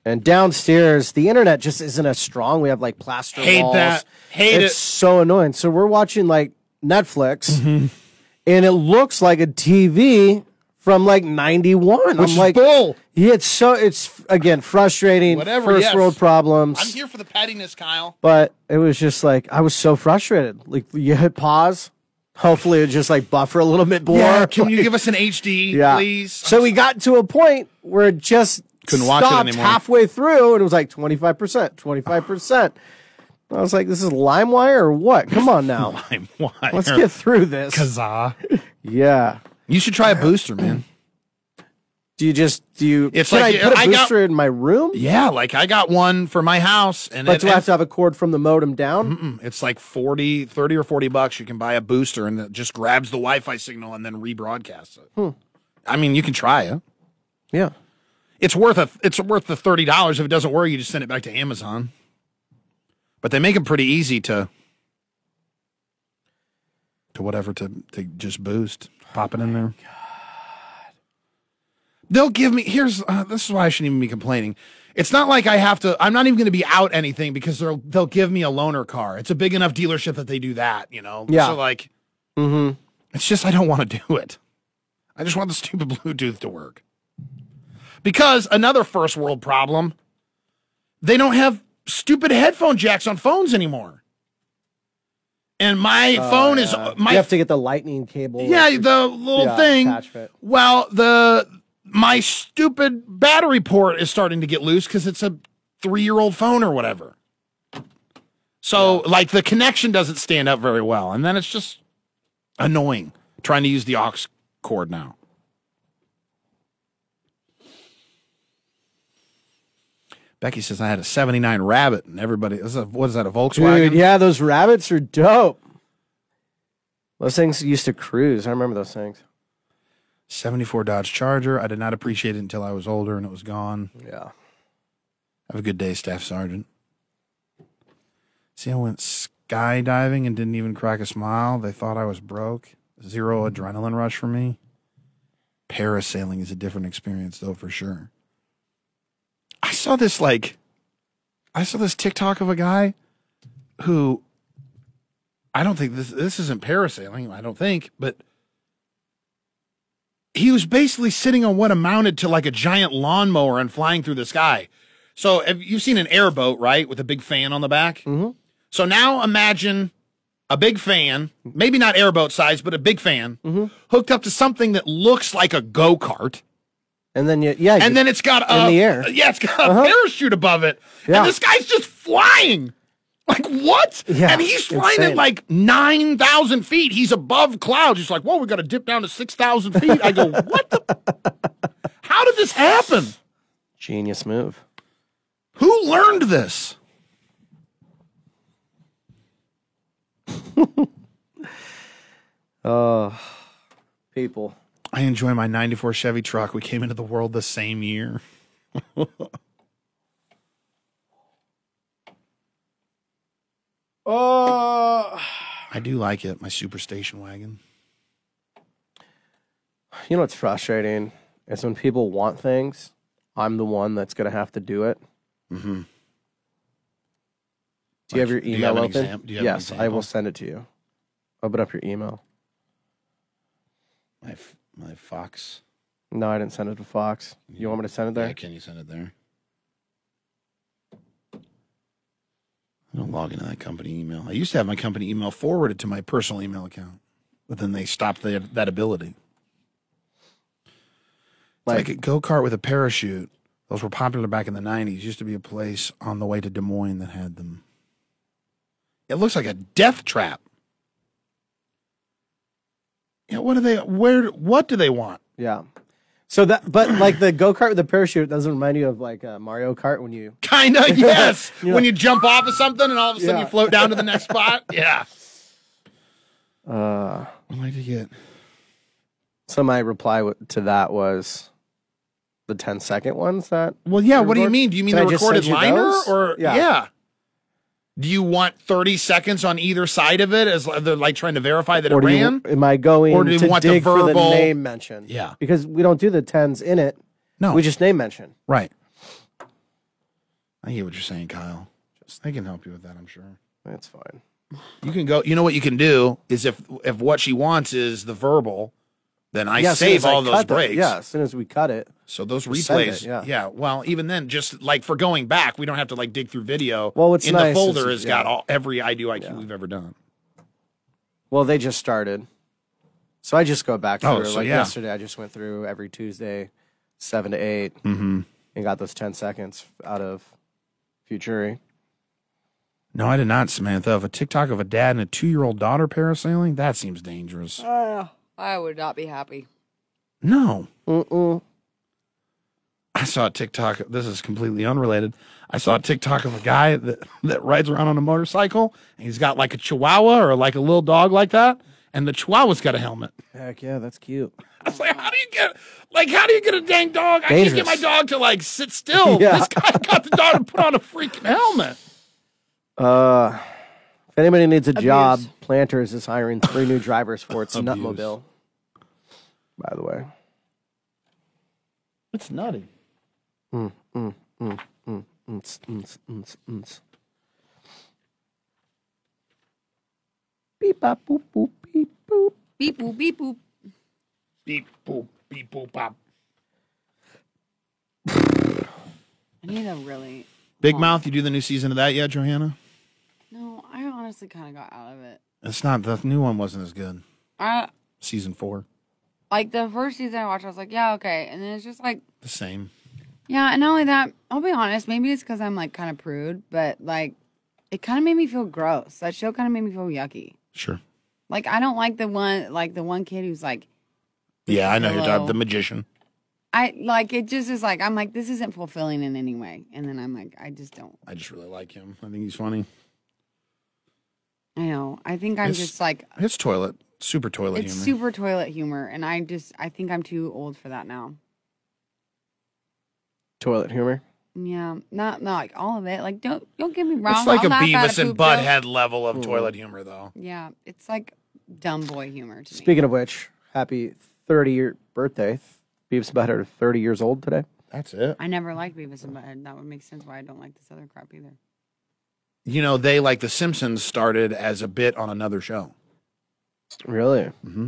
and downstairs the internet just isn't as strong. We have like plaster Hate walls. that. Hate it's it. so annoying. So we're watching like Netflix Mm-hmm. and it looks like a TV from like 91. Which I'm is like bull. Yeah, it's so it's again frustrating Whatever, first yes. world problems. I'm here for the pettiness, Kyle. But it was just like I was so frustrated. Like you hit pause, hopefully it just like buffer a little bit more. Can you <laughs> Like, give us an HD, yeah. please? So we got to a point where it just Couldn't watch it stopped anymore. halfway through, and it was like twenty five percent, twenty five percent. I was like, this is LimeWire or what? Come on <laughs> now. LimeWire. Let's get through this. Kazaa. Yeah. You should try a booster, man. Do you just do you It's can like, I put a I got- booster in my room? Yeah, like I got one for my house, and Like it- do I have to have a cord from the modem down? Mm-mm. It's like 40, 30 or 40 bucks. You can buy a booster and it just grabs the Wi Fi signal and then rebroadcasts it. Hmm. I mean, you can try it. Yeah. It's worth a, it's worth the thirty dollars. If it doesn't work, you just send it back to Amazon. But they make them pretty easy to to whatever to to just boost. Pop it in there. They'll give me here's uh, this is why I shouldn't even be complaining. It's not like I have to. I'm not even going to be out anything because they'll they'll give me a loaner car. It's a big enough dealership that they do that. You know. Yeah. So like, Mm-hmm. it's just I don't want to do it. I just want the stupid Bluetooth to work. Because another first world problem, they don't have stupid headphone jacks on phones anymore. And my phone is my Oh, you have to get the lightning cable. yeah, or- the little yeah, thing. attachment. Well, the my stupid battery port is starting to get loose because it's a three year old phone or whatever. So like the connection doesn't stand up very well, and then it's just annoying trying to use the aux cord now. Becky says I had a '79 Rabbit, and everybody, this is a, what is that? A Volkswagen? Dude, yeah, those rabbits are dope. Those things used to cruise. I remember those things. 74 Dodge Charger. I did not appreciate it until I was older and it was gone. Yeah. Have a good day, Staff Sergeant. See, I went skydiving and didn't even crack a smile. They thought I was broke. Zero adrenaline rush for me. Parasailing is a different experience, though, for sure. I saw this, like, I saw this TikTok of a guy who I don't think this, this isn't parasailing, I don't think, but he was basically sitting on what amounted to like a giant lawnmower and flying through the sky. So have you've seen an airboat, right, with a big fan on the back? Mm-hmm. So now imagine a big fan, maybe not airboat size, but a big fan Mm-hmm. hooked up to something that looks like a go kart. And then you, yeah, you- And then it's got in a the air. Yeah, it's got a Uh-huh. parachute above it. Yeah. And this guy's just flying. Like what? Yeah, and he's flying insane. at like nine thousand feet. He's above clouds. He's like, whoa, we got to dip down to six thousand feet. I go, what the? <laughs> How did this happen? genius move. Who learned this? Uh, people. I enjoy my 94 Chevy truck. We came into the world the same year. <laughs> Uh, Oh, I do like it, my superstation wagon. you know what's frustrating is when people want things. I'm the one that's gonna have to do it. Mm-hmm. Do you have your do you email have an open? exam- do you have an yes, I example? will send it to you. Open up your email. My f- my Fox. No, I didn't send it to Fox. You want me to send it there? Yeah, can you send it there? I don't log into that company email. I used to have my company email forwarded to my personal email account, but then they stopped the, that ability. It's like, Like- a go kart with a parachute. Those were popular back in the 90s. Used to be a place on the way to Des Moines that had them. It looks like a death trap. Yeah, what do they where what do they want? Yeah. So that, but like the go kart with the parachute doesn't remind you of like uh, Mario Kart when you. <laughs> <laughs> Kinda, yes. You know- when you jump off of something and all of a sudden Yeah. you float down to the <laughs> next spot. Yeah. Uh, What did you get? so my reply w- to that was the 10 second ones that. Well, yeah. Record- What do you mean? Do you mean Can the I just recorded send you liner those? or Yeah. yeah. Do you want 30 seconds on either side of it as li- they're like trying to verify that Or it do you- ran? am I going Or do you to want the dig for the verbal- name mention? Yeah. Because we don't do the 10s in it. No. We just name mention. right. I hear what you're saying, Kyle. I can help you with that, I'm sure. That's fine. You can go. You know what you can do is if if what she wants is the verbal, then I Yeah, as soon save as I all those cut the- breaks. yeah. As soon as we cut it. So those We send it, replays, yeah. yeah. Well, even then, just like for going back, we don't have to like dig through video. Well, what's in nice is- the folder has got yeah. all every I do IQ we've ever done. Well, they just started. So I just go back through. Oh, so like yeah. yesterday, I just went through every Tuesday, 7 to 8. Mm-hmm. and got those 10 seconds out of Futuri. No, I did not, Samantha. Of a TikTok of a dad and a two year old daughter parasailing? That seems dangerous. Uh, I would not be happy. No. Uh-uh. I saw a TikTok. This is completely unrelated. I saw a TikTok of a guy that, that rides around on a motorcycle and he's got like a chihuahua or like a little dog like that. And the chihuahua's got a helmet. Heck yeah, that's cute. I was like, how do you get, like, how do you get a dang dog? I can't get Dangerous. my dog to like sit <laughs> still. Yeah. This guy got the dog to put on a freaking helmet. Uh, if anybody needs a Abuse. job, Planters is hiring three new drivers for its Nutmobile. By the way, It's nutty. Mm, mm, mm, mm, mm, mm, mm, mm. Beep bop boop boop beep boop. Beep boop beep boop. Beep boop beep boop bop. I need a really Big Mouth, you do the new season of that yet, Johanna? no. I honestly kind of got out of it. It's not the new one wasn't as good. I Season four. like the first season I watched. I was like, yeah, okay, and then it's just like, The same. yeah, and not only that. I'll be honest. Maybe it's because I'm like kind of prude, but like, it kind of made me feel gross. That show kind of made me feel yucky. Sure. Like I don't like the one like the one kid who's like Yeah, I know your Hello. dog, the magician. I like it just is like I'm like this isn't fulfilling in any way, and then I'm like I just don't. I just really like him. I think he's funny. I know. I think I'm It's just like It's toilet. Super toilet it's humor. super toilet humor, and I just I think I'm too old for that now. Toilet humor. Yeah, not not like all of it. Like don't don't get me wrong. it's like a I'll laugh at Beavis and poop joke. Butthead level of toilet humor though. Yeah, it's like dumb boy humor to me. Speaking of which, happy 30 year birthday. Beavis and Butthead are 30 years old today. That's it. I never liked Beavis and Butthead. That would make sense why I don't like this other crap either. You know, they like The Simpsons started as a bit on another show. Really? Mm-hmm.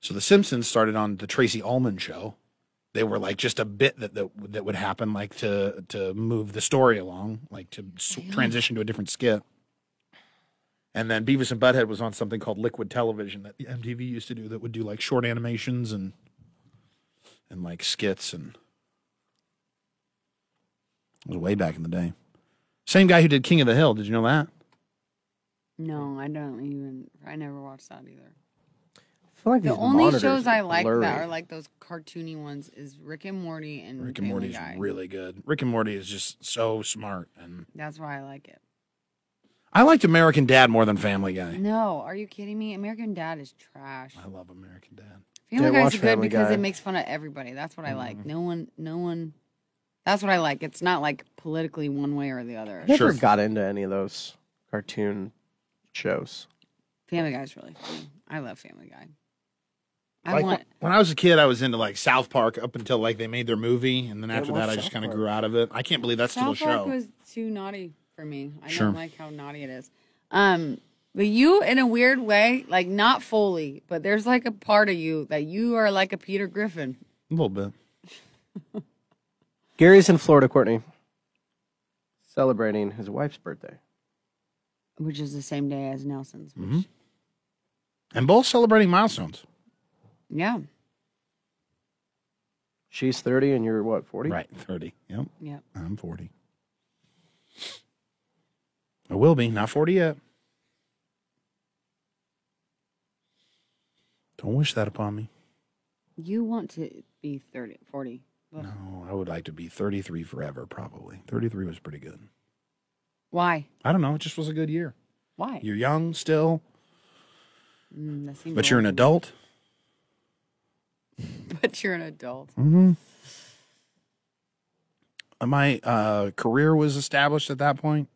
So The Simpsons started on the Tracy Ullman show. They were like just a bit that that, that would happen, like to to move the story along, like to s transition to a different skit. And then Beavis and Butthead was on something called Liquid Television that MTV used to do that would do like short animations and and like skits and it was way back in the day. Same guy who did King of the Hill. Did you know that? No, I don't even. I never watched that either. I feel like The these only monitors shows are I like blurry. that are like those cartoony ones is Rick and Morty and Rick and Morty's Mm, Guy. really good. Rick and Morty is just so smart and That's why I like it. I liked American Dad more than Family Guy. No, are you kidding me? American Dad is trash. I love American Dad. Family Didn't Guy's watch good Family because Guy. Mm-hmm. it makes fun of everybody. That's what I like. No one, no one. That's what I like. It's not like politically one way or the other. I never got into any of those cartoon shows. Family Guy's really funny. I love Family Guy. I Like, want. When I was a kid, I was into like South Park up until like they made their movie, and then I after love that, I South just kind of Park. grew out of it. I can't believe that's South still a show. Park was too naughty for me. I Sure. don't like how naughty it is. Um, but you, in a weird way, like not fully, but there's like a part of you that you are like a Peter Griffin. a little bit. Gary's in Florida, Courtney, celebrating his wife's birthday. Which is the same day as Nelson's. hmm And both celebrating milestones. Yeah. She's 30 and you're what, 40? Right, 30. Yep. Yep. I'm 40. I will be, not 40 yet. Don't wish that upon me. You want to be 30, 40. Ugh. No, I would like to be 33 forever, probably. 33 was pretty good. Why? I don't know. It just was a good year. Why? You're young still, Mm, that seems but you're an old. adult. <laughs> But you're an adult. Mm-hmm. My uh, career was established at that <sighs> point.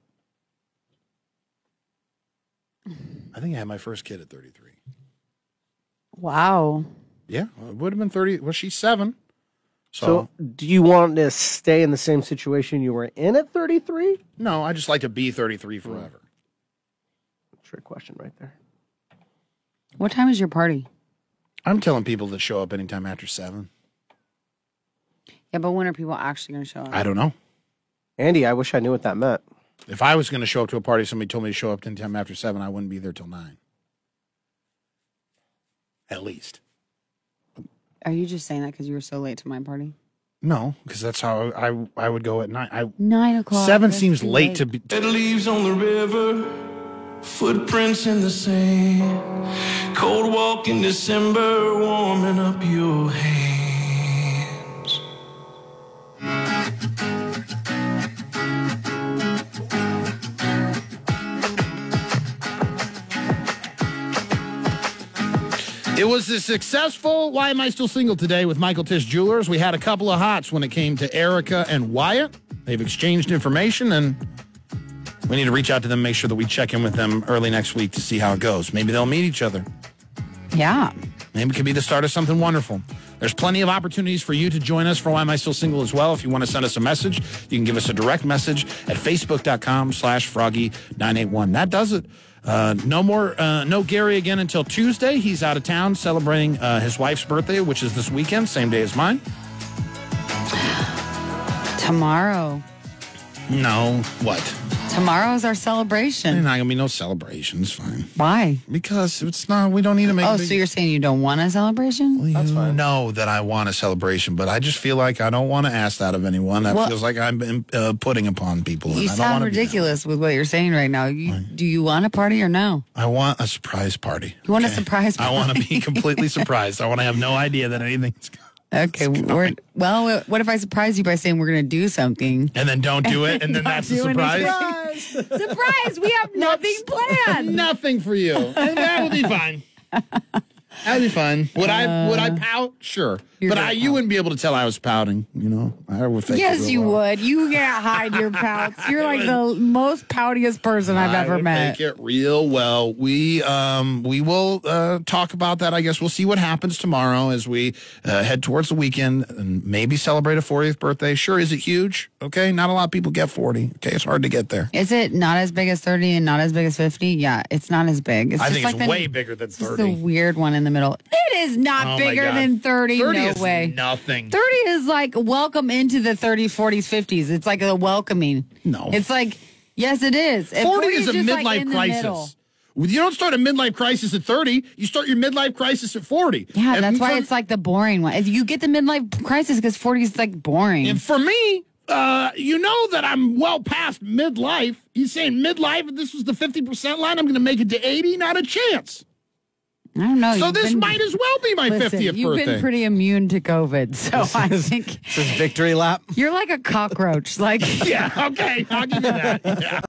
I think I had my first kid at 33. Wow. Yeah, well, it would have been 30. Well, she's seven. So, do you want to stay in the same situation you were in at 33? No, I just like to be 33 forever. Trick question right there. What time is your party? I'm telling people to show up anytime after seven. Yeah, but when are people actually going to show up? I don't know. Andy, I wish I knew what that meant. If I was going to show up to a party, somebody told me to show up anytime after seven, I wouldn't be there till nine. At least. Are you just saying that because you were so late to my party? No, because that's how I I would go at nine. I Nine o'clock. seven that's seems too late to be. Dead leaves on the river, footprints in the sand. Cold walk in December, warming up your hands. It was a successful Why Am I Still Single today with Michael Tish Jewelers. We had a couple of hots when it came to Erica and Wyatt. They've exchanged information and we need to reach out to them, make sure that we check in with them early next week to see how it goes. Maybe they'll meet each other. Yeah. Maybe it could be the start of something wonderful. There's plenty of opportunities for you to join us for Why Am I Still Single as well. If you want to send us a message, you can give us a direct message at facebook.com slash froggy981. That does it. Uh, no more, uh, no Gary again until Tuesday. He's out of town celebrating uh, his wife's birthday, which is this weekend, same day as mine. Tomorrow. No, what? Tomorrow's our celebration. There's not gonna be no celebrations. Fine. Why? Because it's not. We don't need to make. Oh, big- so you're saying you don't want a celebration? That's fine. Know that I want a celebration, but I just feel like I don't want to ask that of anyone. That Well- feels like I'm uh, putting upon people. and You I don't sound wanna be that. ridiculous with what you're saying right now. You, do you want a party or no? I want a surprise party. You want a surprise I want to party? <laughs> be completely surprised. I want to have no idea that anything's going Okay. We're, well, what if I surprise you by saying we're going to do something? And then don't do it, and then that's a do anything. surprise. <laughs> Surprise! We <laughs> have nothing planned. Nothing for you. And that will be <laughs> fine. That'd be fine. Would I would I pout? Sure. But I you wouldn't be able to tell I was pouting, you know. I would fake it yes, real you well. would. You can't hide <laughs> your pouts. You're like the most poutiest person I've I ever would met. Make it real well. We um we will uh, talk about that. I guess we'll see what happens tomorrow as we uh, head towards the weekend and maybe celebrate a 40th birthday. Sure, is it huge? Okay, not a lot of people get 40. Okay, it's hard to get there. Is it not as big as 30 and not as big as 50? Yeah, it's not as big. It's I just think like it's the- way bigger than It's just the 30. weird one in the middle. It is not Oh my bigger God. than 30. 30 no is way. Nothing. 30 is like welcome into the 30s, 40s, 50s. It's like a welcoming. No. It's like, yes, it is. And 40 is a just midlife like in the middle. crisis. You don't start a midlife crisis at 30. You start your midlife crisis at 40. Yeah, And that's why from- it's like the boring one. You get the midlife crisis because 40 is like boring. And for me, uh, you know that I'm well past midlife. He's saying midlife, if this was the 50% line, I'm going to make it to 80. Not a chance. I don't know. so Oh, you've this been- might as well be my Listen, 50th You've birthday. <laughs> been pretty immune to COVID, so I think This is victory lap. you're like a cockroach. Like. <laughs> yeah, okay. I'll give you that. Yeah.